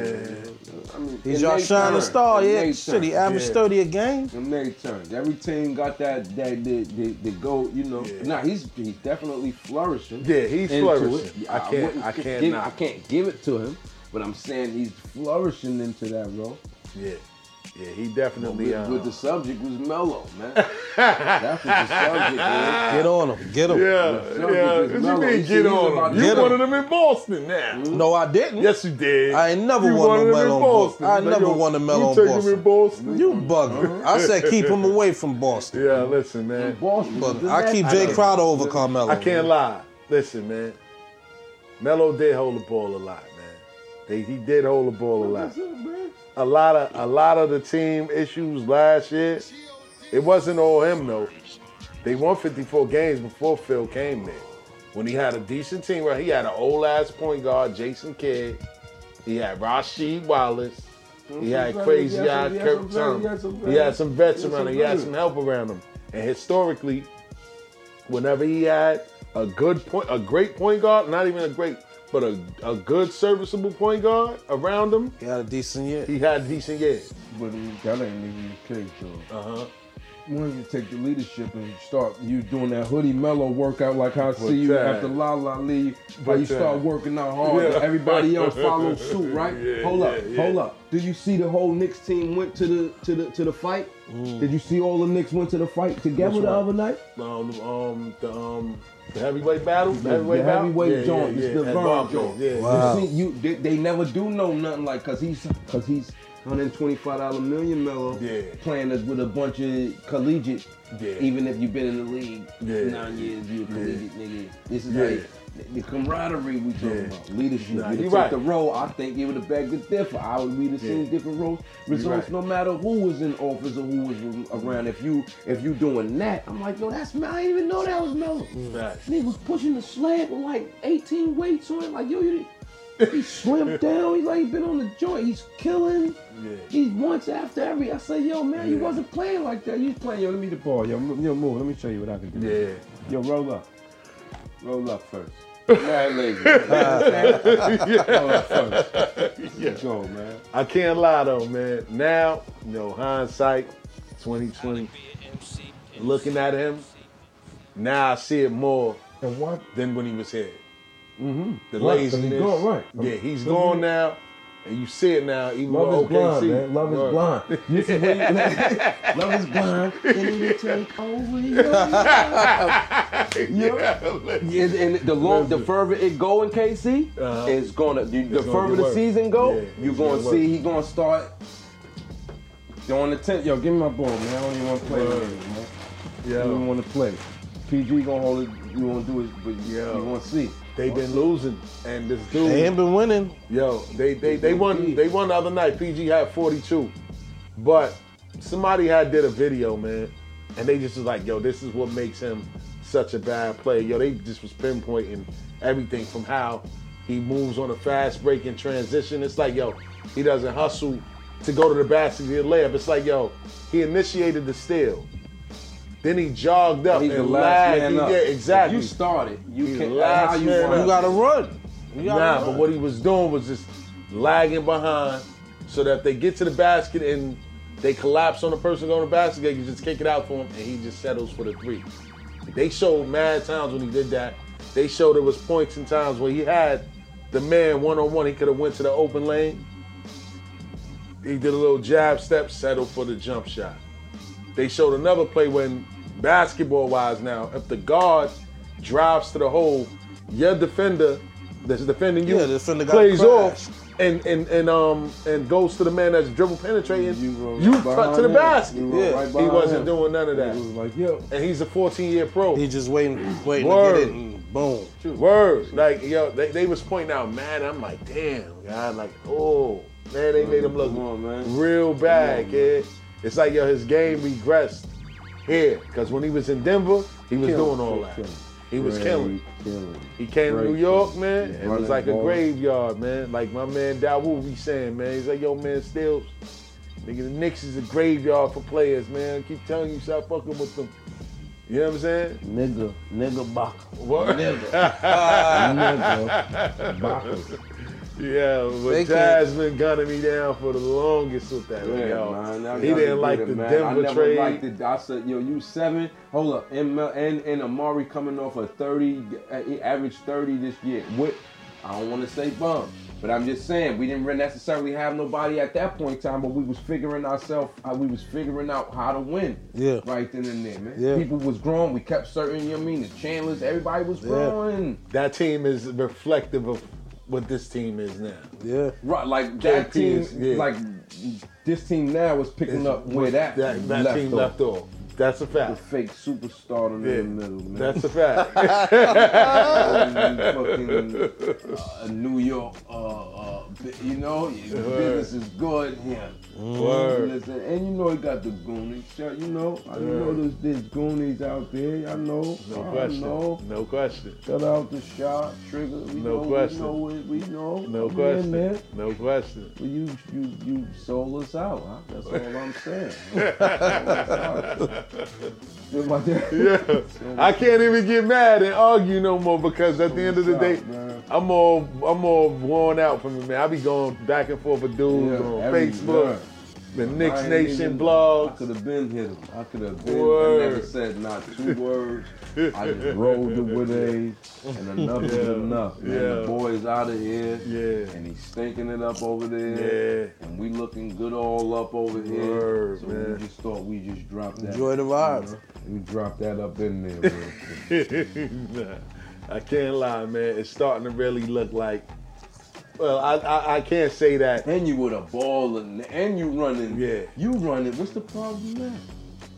I mean, He's and y'all they shining turned. star. And Yeah, they shit. He turned. averaged Yeah. thirty a game. Them they turns. Every team got that that the the, the goat, you know. Yeah. Now he's he's definitely flourishing. yeah. He's into it. flourishing. Yeah, I can't. wouldn't I just give, I cannot. can't give it to him, but I'm saying he's flourishing into that role. Yeah, yeah. He But definitely. with, with um, the subject was mellow, (laughs) man. That's what the subject was. Get on him. Get him. Yeah, Something yeah. What just you mellow. You mean see, he's get about on to him? You get wanted him. him in Boston now. Mm-hmm. No, I didn't. Yes, you did. I ain't never You won wanted a him in medal in Boston. I ain't Now, never yo, won a you medal in took Boston. him in Boston. You bugger. I said keep him away from Boston. Yeah, listen, man. Boston. Bugger. the I keep last- Jay Crowder over Carmelo. I can't lie. Listen, man. Melo did hold the ball a lot, man. They, he did hold the ball a lot. That's it, man. A lot of a lot of the team issues last year. It wasn't all him though. They won 54 games before Phil came there. When he had a decent team, right? He had an old ass point guard, Jason Kidd. He had Rasheed Wallace. He had some crazy veterans, eyed he had Kirk some veterans, he had Thomas. some He had some vets veterans, around him. he He had had some some help around him. And historically, whenever he had a good point, a great point guard, not even a great, but a, a good serviceable point guard around him, He had a decent year. he had decent years. But that ain't even the case, though. Uh huh. when you take the leadership and start you doing that hoodie mellow workout like I see you that? after La La leave, how But you that? start working out hard, Yeah. everybody else follow suit, right? (laughs) Yeah, hold up, yeah, yeah. hold up. Do you see the whole Knicks team went to the to the to the fight? Did you see all the Knicks went to the fight together Mm. Which the one? other night? Um, um, the um, the heavyweight battle, the heavyweight the battle, heavyweight joint, it's the at Vern Barclays, joint. Yeah, Wow. You see, you they, they never do know nothing like cause he's cause he's $125 million mellow Yeah. playing us with a bunch of collegiate. Yeah. Even if you've been in the league Yeah. nine years, you a collegiate nigga. This is Yeah. like the camaraderie we talking Yeah. about. Leadership. Nah, you you took right. the role, I think it would have begged to differ. I would we'd have seen Yeah. different roles results right. no matter who was in office or who was around. If you if you doing that, I'm like, yo, that's Mel. I didn't even know that was Mel. Right. Nigga was pushing the sled with like 18 weights on it. Like, yo, you, He (laughs) slimmed down. He like been on the joint. He's killing. Yeah. He's once after every. I say, yo, man, you wasn't playing like that. You was playing. Yo, let me the ball. Yo, m- yo, (laughs) move. Let me show you what I can do. Yeah. Yo, roll up. Roll up first. Mad (laughs) lazy. Roll up first. Let's go, man. I can't lie though, man. Now, you know, hindsight, 2020. Looking at him, now I see it more And what? than when he was here. Mm-hmm. The Right, 'cause he's laziness. gone, right. Yeah, he's gone now, and you see it now. Even Love is with OKC. blind, man. Love is Right. blind. You see what (laughs) he- Love is blind. And he take over your life. Yo. And, and the long, the further it go in KC, Uh-huh. it's gonna. The, the gonna further get the worse. season go, Yeah, you're it's gonna gonna see he gonna start. Yo, on the tent. Yo, give me my ball, man. I don't even want to play. with him, man. I don't even Yeah, want to play. PG gonna hold it. You won't do it, but you, Yo. you won't see. they've been losing, and this dude, They ain't been winning. yo, they they they won. They won the other night. PG had 42, but somebody had did a video, man, and they just was like, yo, this is what makes him such a bad player. Yo, they just was pinpointing everything from how he moves on a fast break and transition. It's like, yo, he doesn't hustle to go to the basket to layup. It's like, yo, he initiated the steal. Then he jogged up He's the and last lagged. man He- up. Yeah, exactly. If you started. You He's can't. the last how you man run. up. You gotta run. You gotta Nah, run. but what he was doing was just lagging behind so that if they get to the basket and they collapse on the person going to the basket, they can just kick it out for him and he just settles for the three. They showed mad times when he did that. They showed there was points and times where he had the man one on one. He could have went to the open lane. He did a little jab step, settled for the jump shot. They showed another play when basketball wise now, if the guard drives to the hole, your defender that's defending you Yeah, the defender got plays crashed. off and, and and um and goes to the man that's dribble penetrating, You you, run right cut to the behind him. basket. You run Yeah. right he behind wasn't him. doing none of It was that. like, yo, And he's a 14 year pro. He just waiting, waiting to Word. get it, and boom. Word. Like, yo, they, they was pointing out, man, I'm like, damn, God, like, oh, man, they made him look Come on, man. real bad, kid. It's like, yo, his game regressed here. Because when he was in Denver, he was doing all that. Killing. He was killing. killing. He came to New York, man. it Running was like a ball. graveyard, man. Like my man Dawu be saying, man. He's like, yo, man, Stills. Nigga, the Knicks is a graveyard for players, man. I keep telling you, stop fucking with them. You know what I'm saying? Nigga, nigga, baka, What? nigga, baka. (laughs) Yeah, but They can't- Jasmine gunning me down for the longest with that. Yeah, yo. man, I he gotta didn't get like it, the man. I Denver never trade. Liked it. I said, yo, you seven. Hold up, and Mel- and, and Amari coming off a thirty, uh, he averaged thirty this year. What? I don't want to say bum, but I'm just saying we didn't really necessarily have nobody at that point in time, but we was figuring ourselves, uh, we was figuring out how to win. Yeah. Right then and there, man. Yeah. People was growing. We kept certain. You know what I mean? The Chandlers, everybody was growing. That team is reflective of what this team is now. Yeah. Right, like that JP team, is- yeah. like this team now was picking up where that, that, that left team off. left off. That's a The (laughs) fact. fake superstar in Yeah. the middle, man. That's a fact. (laughs) fucking uh, New York, uh, uh, bu- you know, business is good here. Word. Listen, and you know he got the Goonies. yeah, You know, I know there's, there's Goonies out there. I know. (laughs) No I question. know. No question. Cut out the shot, trigger. We No know, question. We know it. We know. No Come here, question. man. No question. Well, you you you sold us out. Huh? That's all (laughs) I'm saying. Feel my dad- Yeah. I can't even get mad and argue no more because at the end of the us day, out, man. I'm all I'm all worn out from it, man. I be going back and forth with dudes Yeah, on every- Facebook, yeah. the Knicks I ain't Nation even- blog. I could have been hit him. I could have been. I never Word. said not (laughs) two words. I just rolled it with a, and enough is Yeah. enough. Man, Yeah. the boy's out of here. Yeah. And he's stinking it up over there. Yeah. And we looking good all up over here. Word, so man. we just thought we just dropped that. Enjoy the vibes. We dropped that up in there. (laughs) real quick. Nah, (laughs) I can't lie, man. It's starting to really look like. Well, I I, I can't say that. And you with a ball and and you running. Yeah. You running. What's the problem now?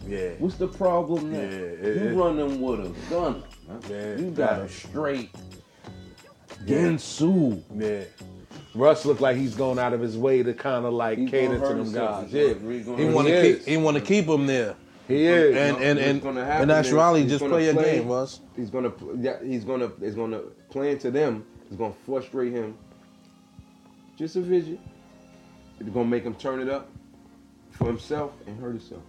Yeah. What's the problem now? Yeah, it- you it- running with a gun. huh? Yeah, you got nah. a straight Yeah. Gensu. Yeah. Russ looked like he's going out of his way to kind of like He's cater gonna to hurt them himself. guys. Yeah. He's gonna- he's gonna He hurt want to is. keep. He want to keep him there. He is. And and What's and, gonna and happen that's is Raleigh he's just gonna play your play- game, Russ. He's gonna yeah, he's gonna it's gonna playing to them. It's gonna frustrate him. just a vision. It's gonna make him turn it up for himself and hurt himself.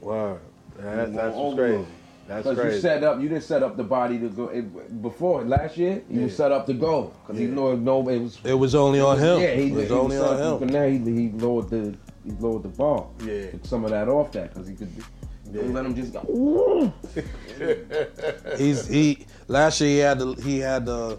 Wow. That's, that's all what's crazy. over. That's Because you crazy. set up, you didn't set up the body to go. It, before last year, you was set up to go because he know no, it was. It was only on him. Yeah, he, it was he only set up, on him. But now he, he lowered the he lowered the bar. Yeah. took some of that off that because he could. Don't Let him just go. He's he. Last year he had the he had the.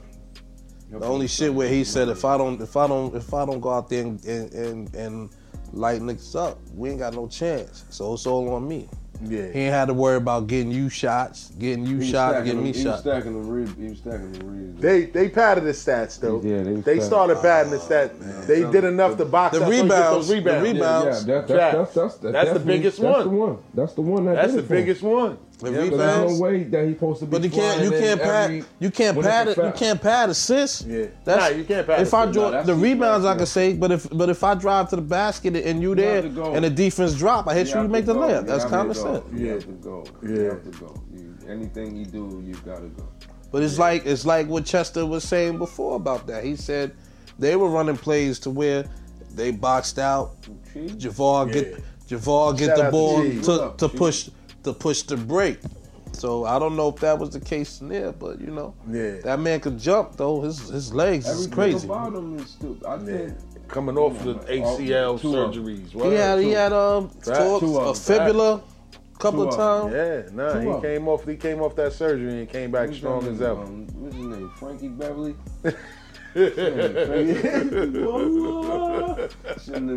The only shit where he said if I don't if I don't if I don't go out there and and, and, and light niggas up, we ain't got no chance. So it's all on me. Yeah. He ain't had to worry about getting you shots, getting you He was shots, stacking getting me them- He was shots. stacking them ribs. He was stacking them ribs. They they padded the stats though. Yeah, they they, was padded. started padding the stats. they did enough to box The up. so you get rebounds, those the rebounds. Yeah, rebounds, that, that, Facts. that's, that's, that, That's the definitely- biggest that's one. The one. That's the one. That That's the did it for him. biggest one. the Because There's rebounds. no way that he supposed to be. But you can't you flying in can't pad every- you can't when it's pad a it you foul. can't pad assists. Yeah. That's, Nah, you can't pad If I assists. draw that's the just rebounds, bad, I can say. But if but if I drive to the basket and you there have to go. and the defense drop, I hit you, have you to make the go. layup. You That's have to common go. sense. You Yeah. have to go. You Yeah. have to go. You, anything you do, you gotta go. But it's like it's like what Chester was saying before about that. He said they were running plays to where they boxed out. Javar Yeah. get Javar get Shout out the to ball G. to, to, push to push the break. So I don't know if that was the case in there, but you know, Yeah. that man could jump though. His his legs is Everything crazy. about him is stupid. I Yeah. think Coming off the ACL two of 'em. surgeries. He had he had um tore Two a of 'em. fibula a couple Two of of times. Yeah, nah, Two he of 'em. came off he came off that surgery and came back Who's strong that as nigga, ever. um, What's his name? Frankie Beverly. (laughs) (laughs) Shouldn't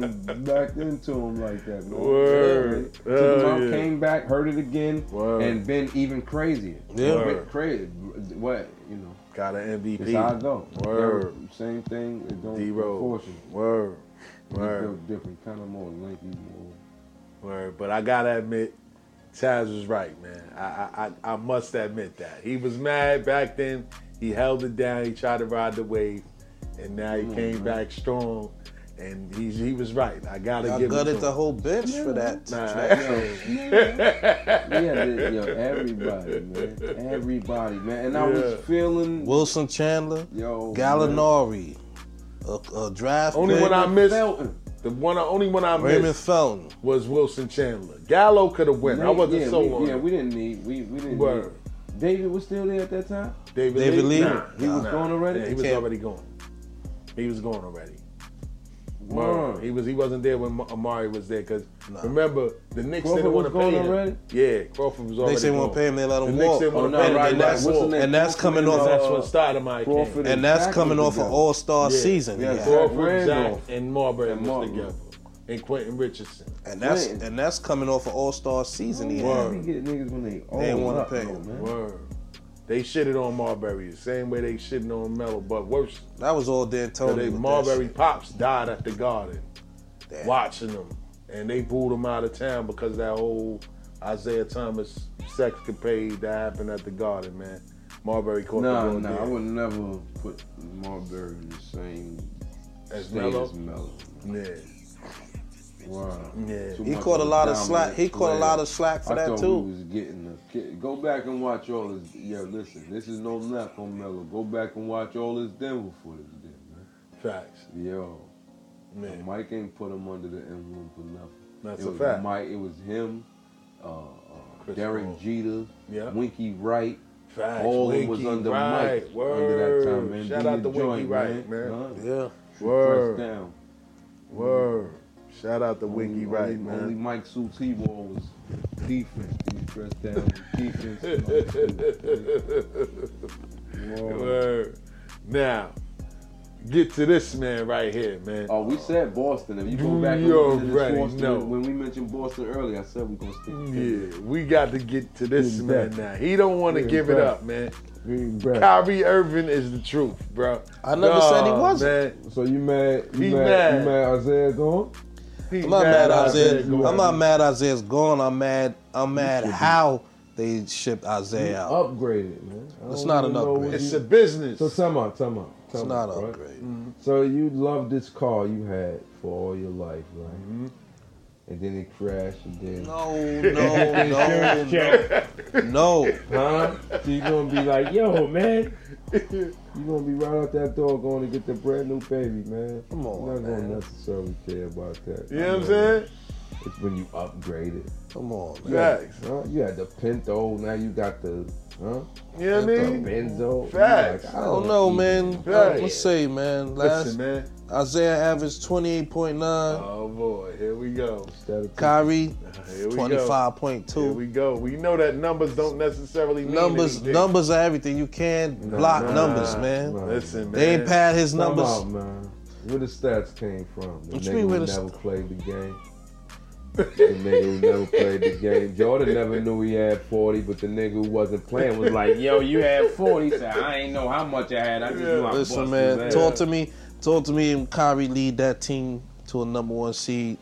have backed into him like that. Man. Word. Took him Hell out, yeah. came back, hurt it again, Word. and been even crazier. Yeah. Been Word. crazy. What you know? Got an It's how I MVP. go. Word. Same thing. It don't D Rose. proportion. Word. You Word. feel different, kind of more lanky, (laughs) more. Word. But I gotta admit, Taz was right, man. I, I I I must admit that. He was mad back then. He held it down, he tried to ride the wave, and now he came back strong. And he he was right. I gotta I give it to him. gutted the whole bench for that. Nah. Yeah, they- yo, everybody, man, everybody, man, and I Yeah. was feeling, Wilson Chandler, yo, Gallinari, a, a draft Only pick, when I missed Felton. the one only one I Raymond missed Felton. was Wilson Chandler. Gallo could have won. I wasn't yeah, so we, on. Yeah, him. we didn't need, we, we didn't. Word. Need. David was still there at that time. David, David Lee? Nah, He was nah. gone already? Yeah, he was Can't- already gone. He was gone already. Word. He was. He wasn't there when Ma- Amari was there because remember the Knicks Crawford didn't want to was gone pay him. already? Yeah, Crawford was already. They say gone. won't pay him. They let The him Knicks walk. didn't want Oh, to no, pay him. right, and, they right. that's, let What's the walk. name? and that's coming Crawford off. and, That's uh, when Stoudemire Crawford came. and that's Zach coming was off an together. All Star Yeah. season. Yeah. Yeah. Crawford, Zach, Randolph. and Marbury And was Martin. together, and Quentin Richardson. And that's Man. and that's coming off an All Star season. He Why we had. get niggas when they all They ain't wanna up, pay though, him. man. Word. They shitted on Marbury the same way they shitting on Melo, but worse. That was So all D'Antoni. they with Marbury pops died at the Garden, Damn. watching them, and they booed him out of town because of that whole Isaiah Thomas sex capade that happened at the Garden, man. Marbury caught the Nah, ball nah, I there would never put Marbury in the same as state Melo. as Melo. Yeah, Wow. yeah. That. He caught a lot of slack. He caught a lot of slack for I that thought too. We was getting the kid. Go back and watch all his. Yeah, listen, this is no knock on Melo. Go back and watch all his Denver footage, then, man. Facts, Yo, man. Mike ain't put him under the emblem for nothing. That's it a was fact. Mike, it was him, uh, uh, Chris Derek Paul. Jeter, Yeah. Winky Wright. Facts. all of them was Winky under Wright, Mike Word. under that time, man. Shout Do out your to Winky joint, Wright, man. Nah, Yeah. Word, Press down. word. Shout out to Winky Only- Wright, only, man. Only Mike suits he wore was defense. He was dressed down with defense. and all that (laughs) shit. Whoa. Word. Now, get to this man right here, man. Oh, we said Boston. If you go You back and listen to this already Boston, know. when we mentioned Boston earlier, I said we're gonna stick. to Yeah, we got to get to this man now. He don't want to Get give it back. up, man. Green breath. Kyrie Irving is the truth, bro. I never said he wasn't. Man. So you mad? You He mad, mad. You mad? Isaiah gone? He I'm not mad Isaiah. Gordon. I'm not mad Isaiah's gone. I'm mad. I'm mad how they shipped Isaiah out. Upgraded, man. I It's don't not even an know upgrade. what It's you- a business. So tell me, tell me, tell It's me, not an right? upgrade. So you love this car you had for all your life, right? and then it crashed, and then No, no, check, no, no. huh? So you gonna be like, yo, man, (laughs) you gonna be right out that door going to get the brand new baby, man. Come You're on, not gonna man. necessarily care about that. You know what I'm saying? It's when you upgrade it. Come on, man. Facts. Huh? You had the Pinto, now you got the huh? You know what I The mean? Benzo. Facts. Like, I don't know, man. Right. Let's say, man. Last Listen, man. Isaiah averaged twenty eight point nine. Oh boy, here we go. Instead of Kyrie Here we twenty go. five point Here two. we go. We know that numbers don't necessarily mean Numbers, anything. numbers are everything. You can't block nah, numbers, man. nah. Listen, man. They ain't pad his Time numbers. out, man. Where the stats came from? The What you nigga mean, who where never the played the game. the nigga who never played the game. Jordan never knew he had 40, but the nigga who wasn't playing was (laughs) like, yo, you had 40. He said, I ain't know how much I had. I just knew I Listen, busted his man. ass." Talk to me. Talk to me. And Kyrie lead that team to a number one seed.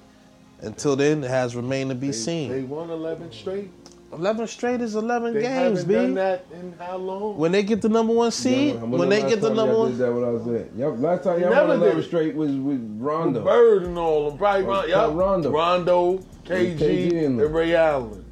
Until then, it has remained to be They, they seen. won 11 straight. Eleven straight is eleven They games, haven't done b. that in how long? When they get the number one Y'all seed, know how much when they last get the time number y'all one, did that what I was at. Y'all, last time y'all never won 11 did. straight was with Rondo. Bird and all them. Probably Or Rondo. Tom yeah. Rondo. Rondo, KG KG, and and them. Ray Allen.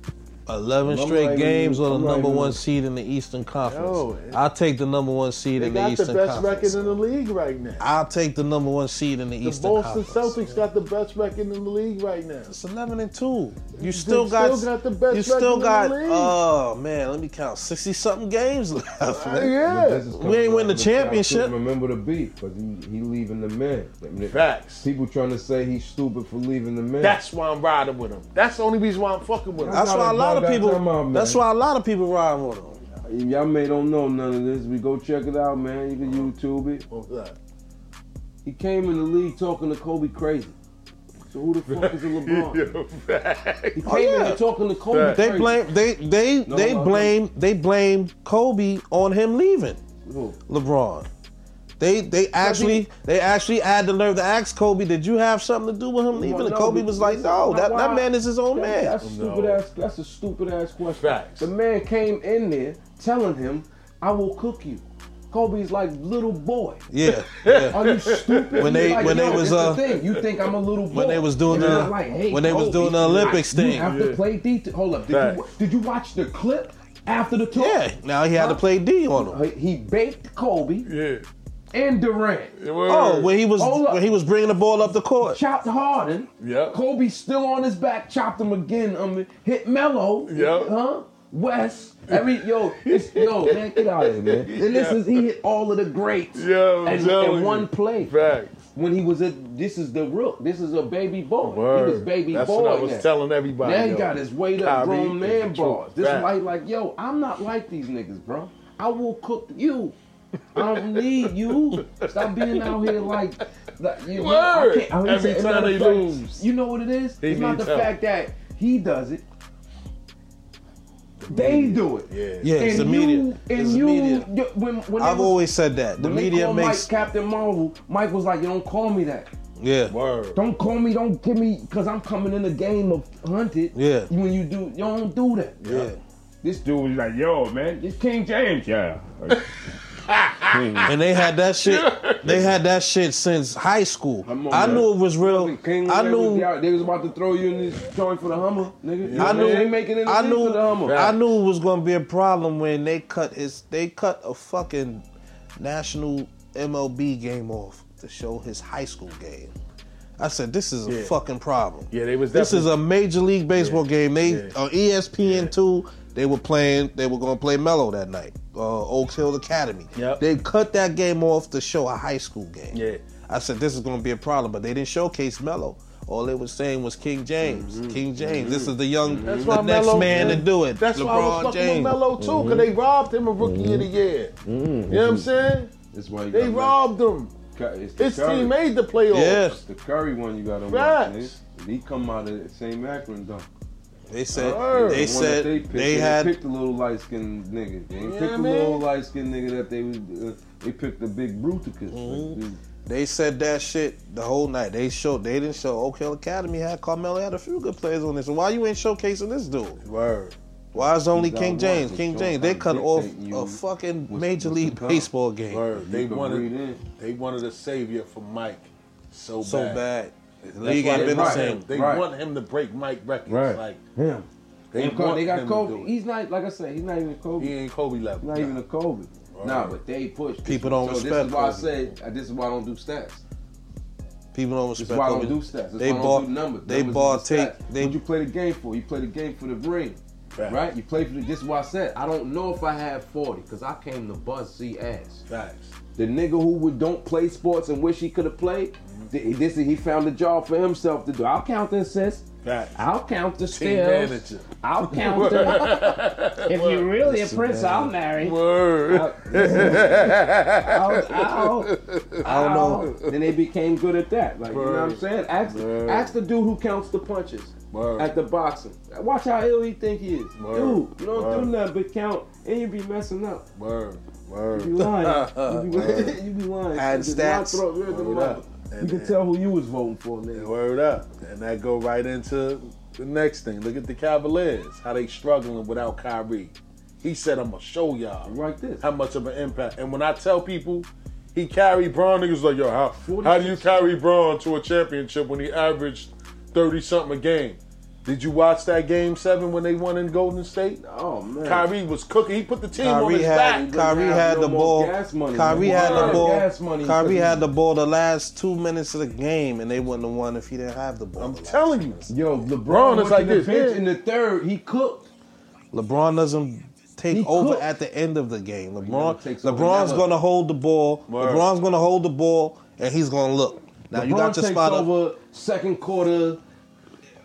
11 I'm straight not even- games or I'm the not number even- one seed in the Eastern Conference. Yo, it- I'll take the number one seed They in the got the Eastern best Conference. record in the league right now. I'll take the number one seed in the, The Eastern Boston Conference. Celtics got the best record in the league right now. It's 11 and 2. You still still got, got the best You still record in got, the league. oh man, let me count 60 something games left. man. But Uh, Yeah. this is We coming ain't win from the guy who championship. couldn't Remember the beat, because he, he leaving the man. Facts. People trying to say he's stupid for leaving the man. That's why I'm riding with them. That's the only reason why I'm fucking with them. That's why a lot of That's people, how they ball got them out, that's man. why a lot of people ride with them. If y'all may don't know none of this, we go check it out, man. You can YouTube it. He came in the league talking to Kobe crazy. So who the fuck is (laughs) a LeBron? Yo, He facts. came in there talking to Kobe. Fact. Oh, They crazy. blame, they, they, No, they no, no. blame, they blame Kobe on him leaving. Who? LeBron. They they actually they actually had the nerve to ask Kobe, did you have something to do with him leaving? Well, And no, Kobe was like, because- no, that, why- that man is his own That- man. That's a stupid ass. That's a stupid ass question. Facts. The man came in there telling him, "I will cook you." Kobe's like little boy. Yeah, yeah. Are you stupid? When they- You're like, when they yo, was, it's the uh, thing. You think I'm a little boy? when they was doing And the- I'm like, hey, when they was Kobe, doing the Olympics you thing. have to play D. Hold up. Did you, Facts. did you watch the clip after the (laughs) talk? Yeah. Now he had to play D on him. Uh, He baked Kobe Yeah. and Durant. Oh, when he was Hold up. when he was bringing the ball up the court. Chopped Harden. Yeah. Kobe still on his back. Chopped him again. Um, hit Melo. Yeah. Huh? West. Every yo, it's, yo, man, get out of (laughs) here, man. And this is he hit all of the greats Yo, I'm in, telling in you. one play. Facts. When he was a, this is the rook. This is a baby boy. He was baby That's boy. what I was now. telling everybody. Now he yo. got his weight up, Kyrie grown is man the truth. bars. This Fact. light, like, yo, I'm not like these niggas, bro. I will cook you. I (laughs) don't need you. Stop being out here like, like you know, I Word. can't- I mean, Every as a time matter they of fact, lose. you know what it is? They it's not need the help. fact that he does it. They do it. Yeah. Yeah, it's the and media. you, and It's the you, media. you- when, when they I've was- always said that. The when they media called makes Mike Captain Marvel. Mike was like, "You don't call me that." yeah. Word. Don't call me, don't give me, cause I'm coming in the game of hunted. Yeah. When you do, you don't do that. Yeah. This dude was like, yo, man, this King James, yeah. And they had (laughs) that shit. They had that shit since high school. Come on, I man. knew it was real. King I James was knew out. they was about to throw you in this joint for the Hummer, nigga. You I know, knew- they making it. I knew for the Hummer. I knew it was gonna be a problem when they cut his they cut a fucking national MLB game off to show his high school game. I said this is a Yeah. fucking problem. Yeah, they was This is definitely- a major league baseball game. They uh, E Yeah. on ESPN two. They were playing. They were gonna play Mello that night. Uh, Oak Hill Academy. Yep. They cut that game off to show a high school game. Yeah. I said this is gonna be a problem, but they didn't showcase Mello. All they was saying was King James, King James. This is the young, That's the why next Melo- man to do it. That's LeBron why I was fucking James. with Mm-hmm. Melo too, because they robbed him of Rookie of the Year. You know what I'm saying? That's why you They gotta- robbed him. It's the His Curry. team made the playoffs. Yeah. It's the Curry one you got to watch, Facts. nigga. He come out of St. Akron, though. They said Word. they The one that said they, they, picked, they had picked the little light skinned nigga. They ain't Yeah, picked the man. little light skinned nigga that they was. Uh, they picked the big Bruticus. Mm-hmm. Like, they said that shit the whole night. They showed they didn't show Oak Hill Academy had Carmelo had a few good players on this. Why you ain't showcasing this dude? Word. Why is only He's King out James? wide, King but James. They Joe cut Biden off dictate you a fucking what's- major what's to league come. baseball game. Word. They can breathe wanted. in. They wanted a savior for Mike. So, So bad. The league ain't been the want same. him- They Right. want him to break Mike records. Right. Like Him. they, And Co- want they got him to do Kobe. it. He's not like I said. He's not even a Kobe. He ain't Kobe level. Not even a Kobe. Nah, but they push. People don't so This respect is why Kobe. I say uh, this is why I don't do stats. People don't This respect is why I Kobe. don't do stats. This is They why I ball- don't do numbers. they Numbers is ball just take- stats. they- what you play the game for? You play the game for the ring. Right. You play for the, this is why I said I don't know if I had 40 because I came to buzz Z ass. Facts. The nigga who would, don't play sports and wish he could have played, th- this he found a job for himself to do. I'll count the assists. Facts. I'll count the Team steals. manager. I'll count the. (laughs) if you're really a prince, I'll marry. Word. (laughs) Ow, ow, I don't know. Then they became good at that. Like you know what I'm saying? Ask, Word. ask the dude who counts the punches Word. at the boxing. Watch how ill he think he is. Word. Dude, you don't Word. do nothing but count, and you be messing up. Word. You Word. lying. (laughs) you, be, you be lying. Add It's not stats. throw- you're the Word mother. up. You And, can tell who you was voting for, and nigga. word up. And that go right into the next thing. Look at the Cavaliers. How they struggling without Kyrie. He said, "I'm gonna show y'all Like this. how much of an impact." And when I tell people he carried Braun, niggas like, "Yo, how, how do you 46. carry Braun to a championship when he averaged thirty something a game?" Did you watch that game seven when they won in Golden State? Oh man. Kyrie was cooking. He put the team on Kyrie his back. had Kyrie have had no the more ball. gas money. Kyrie had Why? the ball. Gas money. Kyrie had the ball the last two minutes of the game, and they wouldn't have won if he didn't have the ball. I'm the last- telling you. Yo, LeBron Braun went is like to the this, bench yeah. in the third. He cooked. LeBron doesn't take He over cooked. at the end of the game. LeBron takes over LeBron's never. going to hold the ball. Word. LeBron's going to hold the ball, and he's going to look. Now you LeBron got your takes spot up. over second quarter.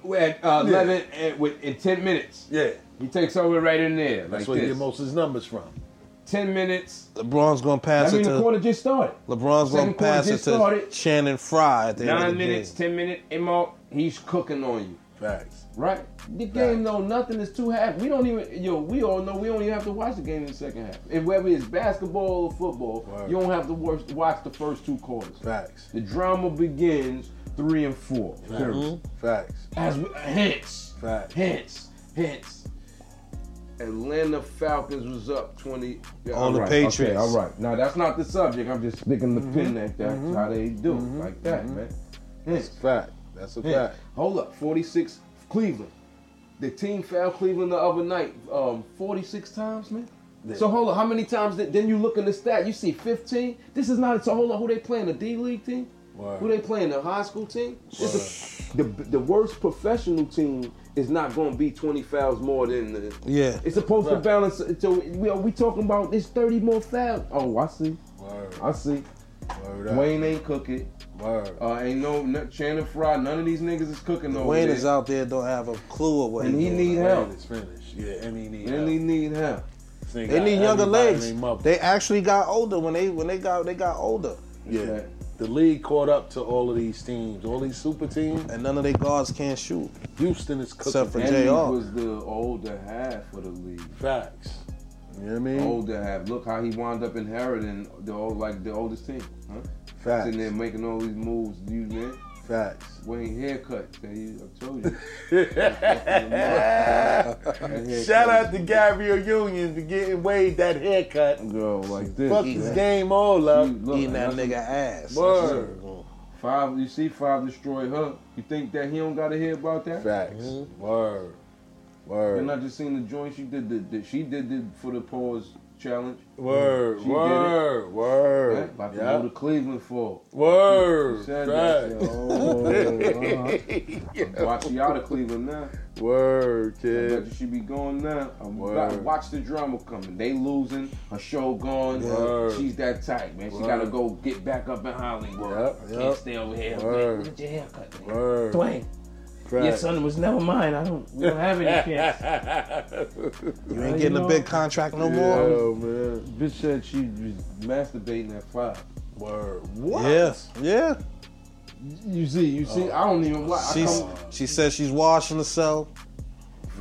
We're at uh, Yeah. eleven and with in ten minutes. Yeah. He takes over right in there. That's like where he this. get most of his numbers from. ten minutes. LeBron's going to I pass mean, it the to quarter just started. LeBron's going to second quarter pass it just to started. Shannon Fry at the end of Nine the minutes, game. ten minute. Emo, he's cooking on you. Facts. Right. The game, though, nothing is too half. We don't even, yo, we all know we don't even have to watch the game in the second half. And whether it's basketball or football, Word. you don't have to watch, watch the first two quarters. Facts. The drama begins three and four. period. Facts. As we, hence, Facts. hence, hence. Atlanta Falcons was up 20 yeah, On the alright, Patriots. Okay, all right. Now that's not the subject. I'm just sticking the Mm-hmm. pin at that. That's how they do like that, man. Hence. Fact. That's a Yeah. fact. Hold up, 46 Cleveland. The team fouled Cleveland the other night um, 46 times, man. So hold up, how many times did, then you look in the stat, you see 15? This is not, so hold up, who they playing, the D-League team? Word. Who they playing, the high school team? This is- the, the worst professional team is not going to be 20 fouls more than the... Yeah. It's supposed to balance, so we, are we talking about this 30 more fouls? Oh, I see, Word. I see. Word up. Wayne ain't cooking. Word. Uh, ain't no, no Chandler Fry, none of these niggas is cooking over Wayne there. is out there, don't have a clue of what And he's he doing. need Wayne help. is finished. Yeah, and he need And he need help. help. They They got need younger everybody legs. named Mother. They actually got older when they when they got they got older, yeah. Okay. The league caught up to all of these teams, all these super teams. and none of their guards can shoot Houston is cooking. except for And he Jr. was the older half of the league. Facts. You know what I mean? Oh, Older half. Look how he wound up inheriting the old, like the oldest team. Huh? Facts. Sitting there making all these moves, you man. Facts. Wayne haircut. Tell you- I told you. (laughs) Shout out to Gabriel Union for getting Wade that haircut. girl like this. Fuck man. his game all up. She- look, Eating that that's- nigga ass. Word. Five. You see, five destroyed her. You think that he don't gotta hear about that? Facts. Mm-hmm. Word. Word. And I just seen the joint she did. The, the she did the, for the pause challenge. Word, She did it. word, word. Right? Like Yeah. to Cleveland for. Word. Said Right. that. I said, (laughs) oh, uh-huh. Watch you out of Cleveland now. Word, I bet kid. you should be gone now. I'm Word. about- watch the drama coming. They losing. Her show gone. Word. She's that tight, man. She Word. gotta go get back up in Hollywood. Yep, I yep. Can't stay over here. Word. Look at your haircut, man. Word. Dwayne, Right. your son was never mine. I don't. We don't (laughs) have any kids. You ain't getting a big contract no more. Oh, man. Bitch said she was masturbating at five. (laughs) Word. Yeah, yeah. Oh. You see, you see. I don't even. Watch. I She's come- she says she's washing herself.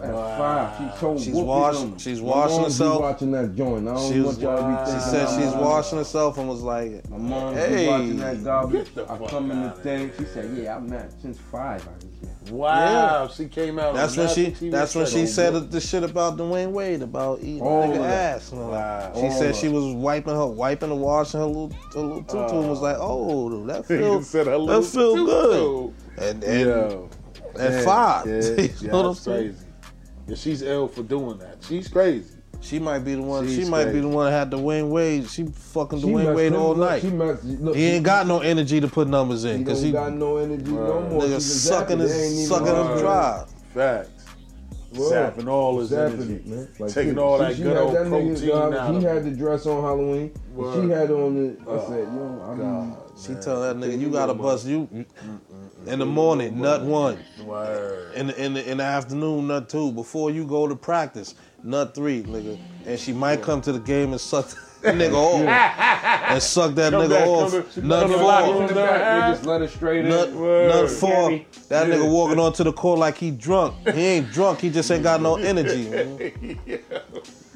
at five. She's so She's whooping washed- them. she's My washing mom be herself. watching that joint. I don't She, was, want y'all to be she thinking said I'm she's lying. washing herself and was like, My mom Hey. be watching that garbage. I come in the thing. She said, "Yeah, I'm not since five. I was like, Wow, she came out. that's on when she nothing. was that's when she like, said the shit about Dwayne Wade about eating All nigga of that. ass. and all that. She All said of she it. was wiping her wiping and washing her little her little tutu and was like, oh, (laughs) that feel said her that little feel good. "Yo, And and yo, at yeah, five, yeah, (laughs) you yeah, know what I'm that's saying? crazy. Yeah, she's ill for doing that. She's crazy. She might be the one. she She's might be crazy. the one that had Dwayne Wade. She fucking She Dwayne messed Wade him all up. night. She messed, look, He ain't got no energy to put numbers in He because don't he got no energy no more. nigga She's sucking zapping. They ain't even his sucking on his her. drive. Facts. Word. Zapping all his Zapping energy. it, man. Like, Taking she- all she- that she good had old that nigga's protein job. out He of had the dress on Halloween. She Word. had on the. I said, yo, I mean, She tell that nigga, you gotta bust you Mm, in the morning, nut one. (laughs) Word. In the, in the in the afternoon, nut two. Before you go to practice, nut three, nigga. And she might come to the game and suck (laughs) that nigga off, and suck that nigga back, off. come back, she Nut come back, four, come in the back, they just let her straight in. nut, Word. nut four. Gabby. That nigga walking onto the court like he drunk. He ain't drunk. He just ain't got no energy. Man.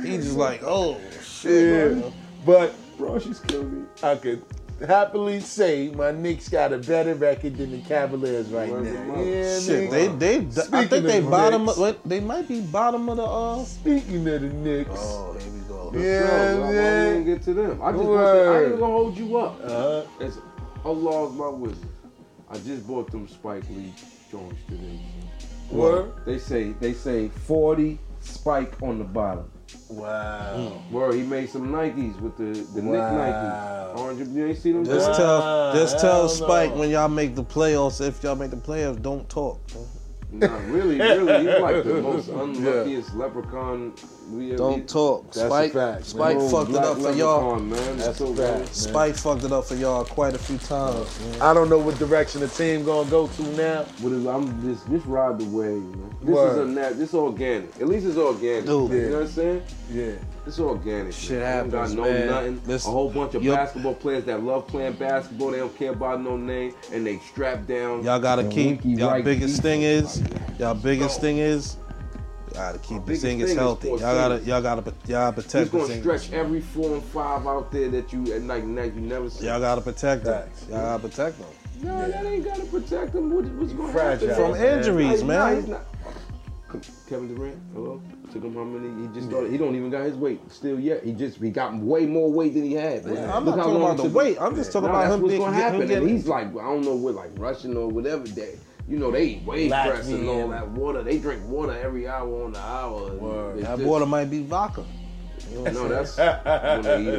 He just like, oh shit. Yeah. But Bro, she's killing me. I could happily say my Knicks got a better record than the Cavaliers right Word of now. mouth. Yeah, Shit, they they. I Speaking think they of bottom. Knicks. Of, they might be bottom of the. Uh, Speaking of the Knicks, oh, here we go. yeah, Yo, I man. didn't get to them. I just Word. I ain't gonna hold you up. Uh-huh. It's Allah is my wisdom. I just bought them Spike Lee joints today. Word. They say they say 40 Spike on the bottom. Wow. Word, he made some Nikes with the the Wow. Nick Nikes. Orange, you ain't seen them? Just joints? tell, just hell tell Spike no. when y'all make the playoffs. If y'all make the playoffs, don't talk. nah, really, really, he's like the most unluckiest leprechaun we ever. Don't talk. That's a Spike, fact, Spike Old fucked it black up for y'all. leprechaun, Man. That's so a fact. Spike fucked it up for y'all quite a few times. Man. I don't know what direction the team gonna go to now. What is, I'm just just ride the wave, man. This Word. is a nat, this organic. At least it's organic. Dude. You know what I'm saying? Yeah. It's organic. Shit man. You happens, don't got no man. nothing. This- a whole bunch of yup. basketball players that love playing basketball. They don't care about no name, and they strap down. Y'all gotta Yeah, keep. Winky Y'all right biggest deep. thing is, y'all biggest thing is, y'all gotta keep the biggest thing is thing is healthy. Y'all Porzingis. gotta, y'all gotta, y'all He's protect the gonna thing. stretch every four and five out there that you at night night you never see. Y'all gotta protect them. Y'all gotta protect them no, that ain't gotta protect him. What, what's gonna fragile. happen? from From Man. injuries, Nah, he's man. not- Kevin Durant, hello. Took him how many? He just started. He don't even got his weight still yet. He just he got way more weight than he had. man. I'm Look not how talking long about it the took him. weight. I'm just talking No, about that's him what's being. gonna him happen. and getting- he's like, I don't know what, like Russian or whatever. That you know, they eat wave Latvian. press and all that water. They drink water every hour on the hour. and Word. it's That just- water might be vodka. No, that's when they eat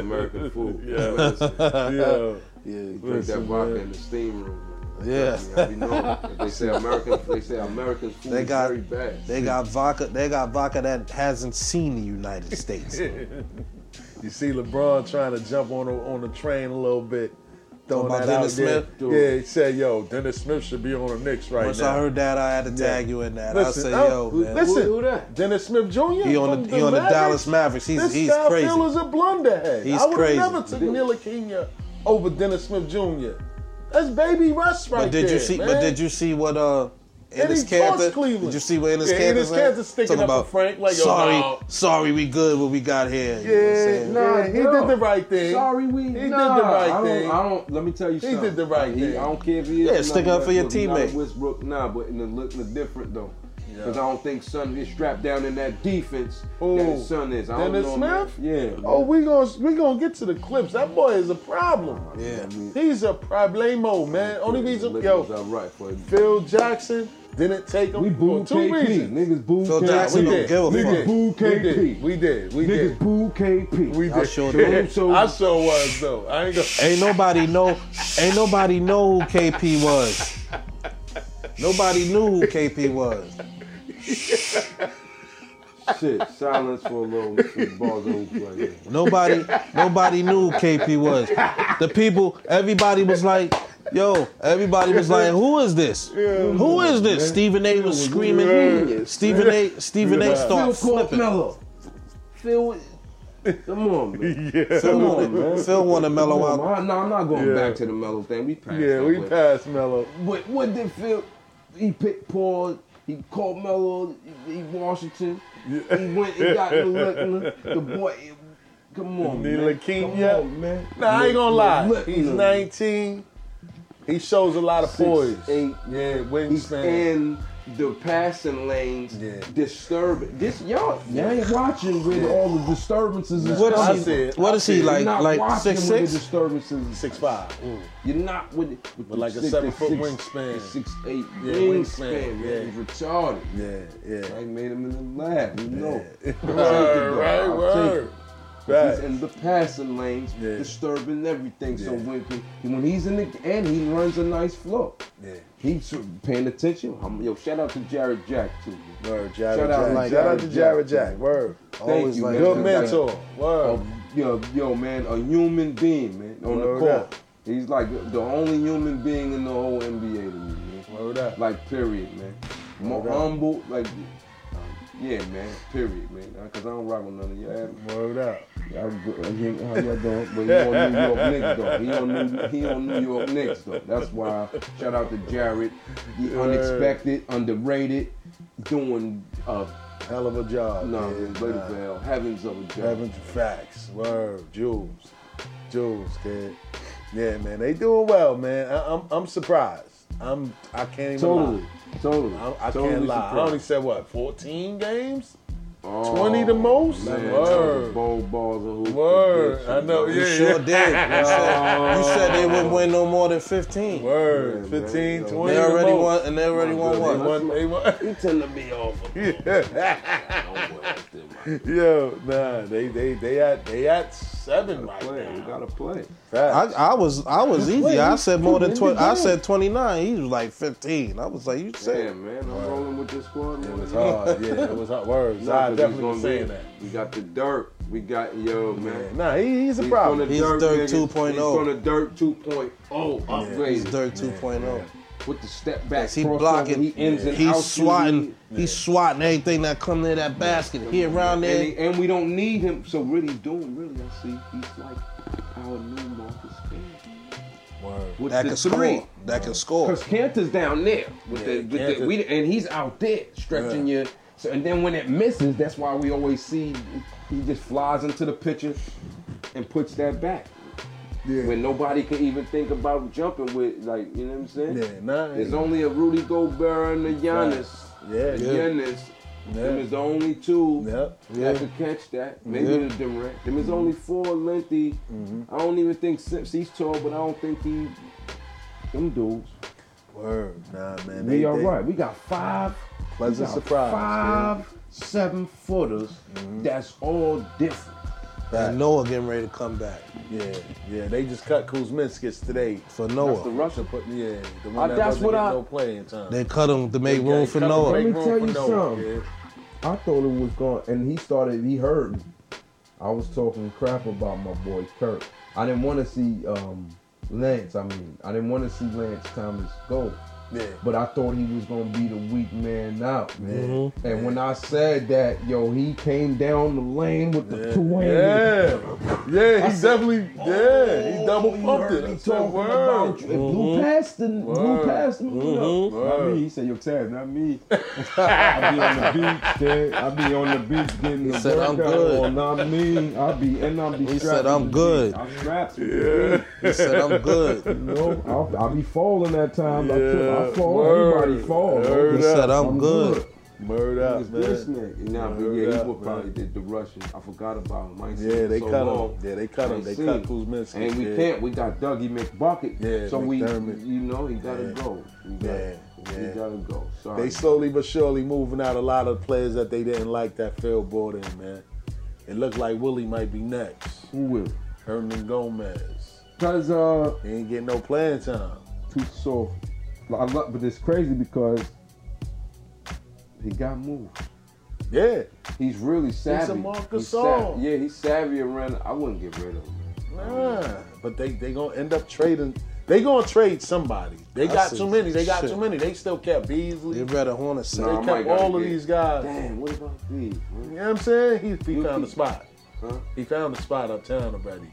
(laughs) American food. Yeah. Listen, (laughs) Yeah. drink that Listen, vodka man. in the steam room. man. Yeah. I mean, I be (laughs) knowing. If they say American. They say American food They is got- very bad. They got vodka. They got vodka that hasn't seen the United States. You see LeBron trying to jump on the, on the train a little bit. Throwing Talking that about out Dennis there. Smith? Yeah, he said, yo, Dennis Smith should be on the Knicks right Once now. I heard that, I had to tag Yeah. you in that. Listen, I say, I'm- yo, man. listen, Who- who that? Dennis Smith Jr. he on from the, he on the Mavericks? Dallas Mavericks. He's This he's guy crazy. Phil is a blunderhead. He's I would crazy. have never took Neil Kenya over Dennis Smith Jr. That's baby Russ right but did there, you see? Man. But did you see what uh? And Ennis he torched Cantor. Cleveland. Did you see what Ennis Yeah, Cantor Ennis said? Cantor sticking Talking up for about Frank, like, yo, sorry, no. sorry, we good what we got here. You know what I'm Yeah, saying? nah, he bro. did the right thing. Sorry, we. did nah, the right I don't, thing. I don't. Let me tell you something. did the right He- thing. I don't care if he is. Yeah, another stick up for your Westbrook, he not teammate. Westbrook, nah, but in the look, look different though. Because I don't think Son is strapped down in that defense that Who? his son is. I Dennis don't know, Smith? Man. Yeah. Oh, we gonna we gonna get to the clips. That boy is a problem. Yeah. He's a problemo, man. Only reason, yo. yo, All right for him. Phil Jackson didn't take him. We boo for two KP. reasons. Niggas boo Phil KP. Jackson we don't did. give a We fuck. did. Boo We KP. did. We did. We Niggas did. boo KP. We I did. sure did. So- I sure was though. I (laughs) ain't gonna. Ain't nobody know. Ain't nobody know who KP was. Nobody knew who KP was. Shit, silence for a little. with Balls on play. Nobody, nobody knew who KP was. The people, everybody was like, "Yo!" Everybody was like, "Who is this? Who is this?" Stephen A. was screaming. genius, Stephen A. Stephen A. Phil started flipping. Cortmello. Phil. Come on, man. Phil Come wanted, on, man. Phil wanted mellow out. Well, I- no, I'm not going Yeah. back to the mellow thing. We passed. Yeah, that we way. passed Mello. What, what did Phil? He picked Paul He called Melo. He, he Washington. He went and got the Lickner. The boy. Come on, The man. Lakeem, Come yeah. on, man. Nah, I ain't gonna lie. Look, He's look. 19. He shows a lot of poise. eight. Yeah, He's wingspan. in the passing lanes. Yeah. Disturbing. This y'all, y'all ain't watching with all the disturbances. and What stuff. I is he? said- What is he You're like? not Like watching six with the six? disturbances. Six five. You're not with it. With, like a six- seven-foot six- wingspan. Six eight Yeah, wingspan. wingspan, man. yeah. He's retarded. Yeah, yeah. I made him in the lab. You know. Word, right, I'll word. He's Right. in the passing lanes, Yeah. disturbing everything. So Yeah. when he- when he's in the and he runs a nice flow. Yeah. He's paying attention. I'm- yo, shout out to Jared Jack too. man. Word, Jared Shout out Jack. like Shout out to Jared Jared Jack. Jack. Word. Thank you, like man. Good Like, mentor. Word. a- yo, yo, man, a human being, man, on Word the court. up. He's like the only human being in the whole NBA to me, man. Word up. Like, period, man. More Word up. humble, like, um, yeah, man, period, man. Because I don't rock with none of y'all. Word up. Y'all good- he ain't- How y'all doing? But he on New (laughs) York Knicks, though. He on New, he on New York Knicks, though. That's why, shout out to Jared. The unexpected, underrated, doing, uh, Hell of a job. no, man. man, Lady Bell, heavens of a Jared. Seven facts. Word. Jules. Jules, kid. Yeah, man. They doing well, man. I, I'm I'm surprised. I'm I can't even Totally, lie. totally. I, I totally can't lie. I surprised. only said what, 14 games? Oh, 20 the most? Man, Word. those Bowl balls of hoop. Word. I know. You Yeah. sure yeah. did. (laughs) You said, you said they wouldn't win no more than fifteen. Word. Yeah, man. 15, Yo, 20. They the already most. won, and they already won They what? won. They won. You telling me off? (laughs) Yo, nah, they they they at they at seven right Play, we now. gotta play. I, Facts. I was I was easy. I said more than Win the twenty. I game. said twenty nine. He was like fifteen. I was like, you Yeah, said man. I'm rolling with this squad. it man. was hard. Yeah, it was hard. Words. Nah, 'cause I he's definitely gonna was be- saying that. We got the dirt. We got yo, man. Nah, he, he's a problem. He's dirt 2.0. He's from oh. the dirt 2.0 upgraded it's Dirk two oh. with the step back. He crossover, blocking. He ends and he's outs you. swatting. He's swatting everything that come near that basket. He And, around there. he- and we don't need him. So what he's doing, really, I see, he's like our new Marcus Camby. With That the can three. score. That can score. Because Cantor's down there with the, with the Kanter. we, and he's out there stretching your. So and then when it misses, that's why we always see he just flies into the picture and puts that back. When nobody can even think about jumping with, like you know what I'm saying? Yeah, nah. There's only a Rudy Gobert and a Giannis. Yeah, yeah. Giannis. Them Yeah. is the only two Yep. that could catch that. Maybe Yeah. the Durant. Them is only four lengthy. Mm-hmm. I don't even think Sims. He's tall, but I don't think he. Them dudes. Word. Nah, man. We they- all they- right. We got five. Pleasant we got surprise, Five seven footers. Mm-hmm. That's all different. And Noah getting ready to come back Yeah, yeah. They just cut Kuzminskis today. for The Noah. Russian put yeah, the one Uh, that that's wasn't what getting I- no playing time. They cut him to They make room for cut the Noah. break Let me room tell for you Noah, something. kid. I thought it was going, and he started. He heard me. I was talking crap about my boy Kirk. I didn't want to see um, Lance. I mean, I didn't want to see Lance Thomas go. Yeah. But I thought he was gonna be the weak man out, man. Mhm. And when I said that, yo, he came down the lane with the two hand. Yeah, yeah, I he said, definitely, yeah, he double pumped heard it. me I talking said, word. about you. It blew past the blew Word. past me. you know. Word. Not me. He said, "Yo, Tab, not me." I be on the beach, Dad. I be on the beach getting the said, "I'm workout good." on. I mean, I be and I be. He strapped said, "I'm to the good." beach. I'm strapped. to the beach, He said, I'm good. You know, I'll, I'll be falling that time. I trip. I fall. word. Everybody falls. He said, I'm good. Murd up, This man. nigga. Nah, but Word yeah, he up, would probably man. did the Russian. I forgot about him. I ain't seen Yeah, him they so cut long. him. Yeah, they cut I him. They seen cut him. Kuzminski. And we yeah. can't. We got Dougie McBucket. Yeah, so we, McDermott. you know, he gotta Yeah. go. He gotta, Yeah, he yeah. gotta go. Sorry. They slowly but surely moving out a lot of players that they didn't like that Phil brought in, man. It looked like Willie might be next. Who will? Herman Gomez. Cause uh, He ain't getting no playing time. too soft. Like, I love, but it's crazy because He got moved. Yeah. He's really savvy. Marc Gasol. He's sav- Yeah, he's savvy around. I wouldn't get rid of him. Man. Nah. But they they gonna end up trading. They gonna trade somebody. They got see. too many. They got Shit. too many. They still kept Beasley. They read a hornet set. Nah, They I might kept gotta all of get- these guys. Damn, what about these? You know what I'm saying? He, he You- found the spot. Huh? He found the spot uptown already.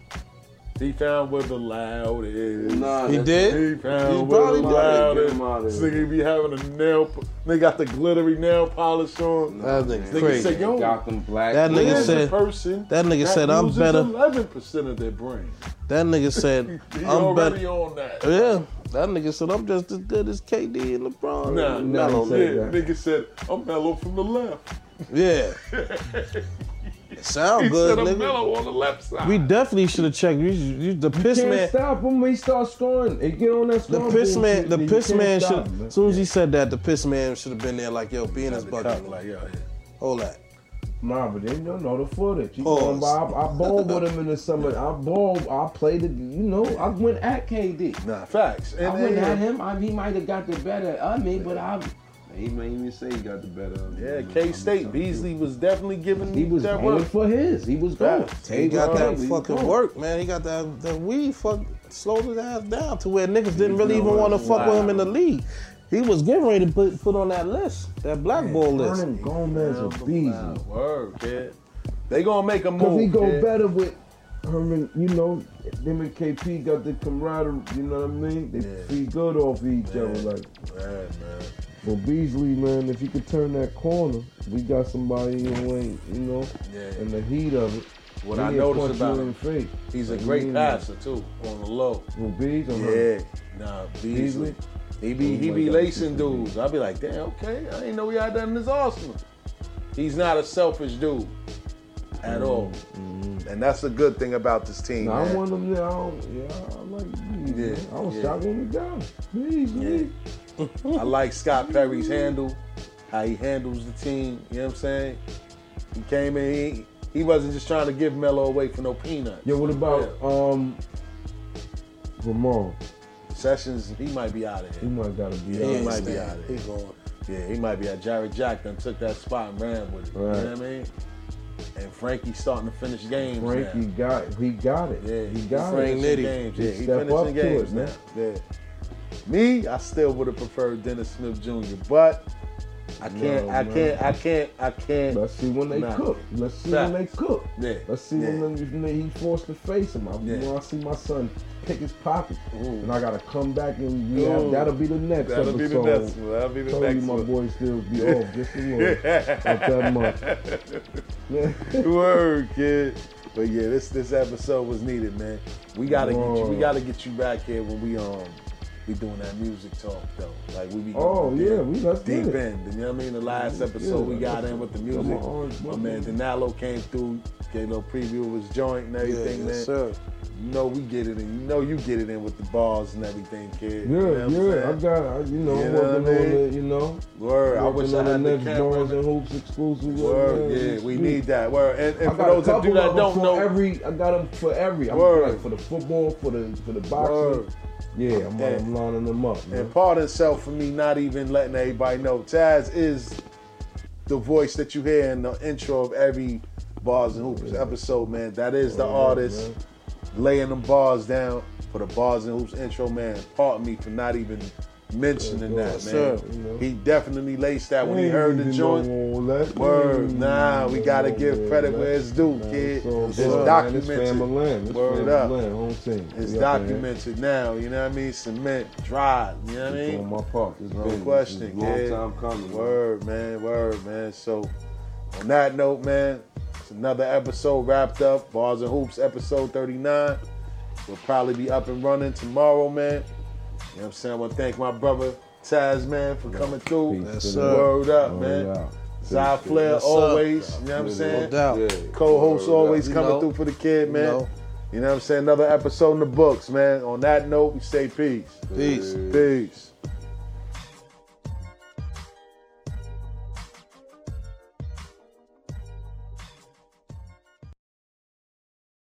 He found where the loud is. Nah, He that's- did? He found He where the probably did. loud Get is. him outta here. Nigga be having a nail. p- They got the glittery nail polish on. That nigga Nigga crazy. said, "Yo, Gotham Black. That Nigga nigga said, said. person That nigga said I'm better. Eleven percent of their brain. That nigga said He I'm already better. on that. Yeah. That nigga said I'm just as good as KD and LeBron. Nah, and nah, Melo." said yeah, that. nigga said I'm mellow from the left. Yeah. It sound He good, said I'm nigga. mellow on the left side. We definitely should have checked. You, you, the piss Can't man. stop him when he starts scoring. He get on that The scoring piss bullshit, man, the nigga. You piss can't man stop should. him, man. As soon as he said that, the piss man should have been there, like, yo, be in his bucket. like, yo, yeah. Hold that. Nah, but then you know the footage. You know, Pause. but I, I balled with him in the summer. I balled. I played the. You know, I went at KD. Nah, facts. And, I went yeah, at him. I, he might have got the better of me, but I. He may even say he got the better of me. yeah, I'm K State telling Beasley was definitely giving He was that going work. for his. He was going. Facts. He got that was fucking going. work, man. He got that that weed fuck slowed his ass down to where niggas didn't really even want to fuck with him in the league. He was getting ready to put, put on that list, that blackball list. Hernan Gomez or Beasley. Word, kid. They gonna make a Cause move. he go kid. better with Herman, you know, them and KP got the camaraderie, you know what I mean? They Yeah. feel good off each other. Like, Man, man. well, Beasley, man, if you could turn that corner, we got somebody who ain't, you know, Yeah. in the heat of it. What he I ain't punch noticed you about in the him, face. he's a Like, great he ain't- passer too, on the low. Well, Beasley, I'm like, Yeah, nah, Beasley. Beasley? He be Oh he my be God, lacing dudes. I be like, damn, okay, I didn't know he had that in his arsenal. He's not a selfish dude at all, and that's the good thing about this team. Mm-hmm. nah, I man. want them there. I don't, yeah, I like Beasley. Yeah, man. I was yeah. shocked when we got him. Beasley. I like Scott Perry's handle, how he handles the team. You know what I'm saying? He came in, he, he wasn't just trying to give Melo away for no peanuts. Yo, what about um, Ramon? Sessions, he might be out of He here. might gotta be Yeah, out. he might be staying. out of He here. going. Yeah, he might be out. Jared Jack done took that spot and ran with it. You Right. know what I mean? And Frankie's starting to finish games Frankie now. got he got it. Yeah, he got Frank it. Nitty. Games. Yeah, he Step up finishing to games it, man. now. Yeah. Me, I still would have preferred Dennis Smith Jr., but I can't, I man. can't, I can't, I can't. Let's see when they Nah. cook. Let's see when they Facts. cook. Yeah. Let's see yeah. when, they, when he's forced to face him. I, Yeah. You know, I see my son pick his pocket, Ooh. and I gotta come back and we Ooh. have, that'll be the next That'll episode. be the next one. That'll be the Told you next my one. boy still be off just a little at that (laughs) month. Word, kid. But yeah, this this episode was needed, man. We gotta get you. We Word. gotta get you back here when we um we doing that music talk though. Like we be Oh going yeah, deep- we let's deep get it. end. You know what I mean? The last episode we got in with the Come music. on, Orange My Book, man Danilo came through, gave a little preview of his joint and Yeah, everything, man. yes, sir. You know we get it in. You know you get it in with the balls and everything, kid. you know Yeah, what I'm yeah, I saying? got, I, you know, You I'm know what working I mean? on the, you know, Word. I wish working I on had the the next camera. Doors and Hoops exclusive. Word. Yeah, we need that. Word. And, and for those that do couple that of 'em don't for know, every. I got them for every. I'm Word. like for the football, for the for the boxing. Word. Yeah, I'm, Yeah. I'm lining them up, man. And pardon self for me not even letting everybody know. Taz is the voice that you hear in the intro of every Bars and Hoops episode, man. That is the artist laying them bars down for the Bars and Hoops intro, man. Pardon me for not even mentioning that, Yes, man. sir. He definitely laced that when he Ain't heard the even joint. no all that. Mm. Word, Ain't nah, we no gotta all give that, credit man. where it's due, Nah, kid. all It's good, man. documented. It's family land. It's Word family up. land. Home team. It's We out there. documented now, you know what I mean? Cement, dried, you know what I mean? Doing my part. It's No big. question, It's a long kid. time coming. Word, man. Word, man. So, on that note, man, it's another episode wrapped up. Bars and Hoops, episode 39. We'll probably be up and running tomorrow, man. You know what I'm saying? I want to thank my brother, Taz, man, for coming through. Peace Yes, to sir. Word up, Oh, man. yeah. Zy Flair, Yes, sir. always. You know what I'm No saying? doubt. Co host always You coming know. through for the kid, man. know. You know what I'm saying? Another episode in the books, man. On that note, we say peace. Peace. Peace.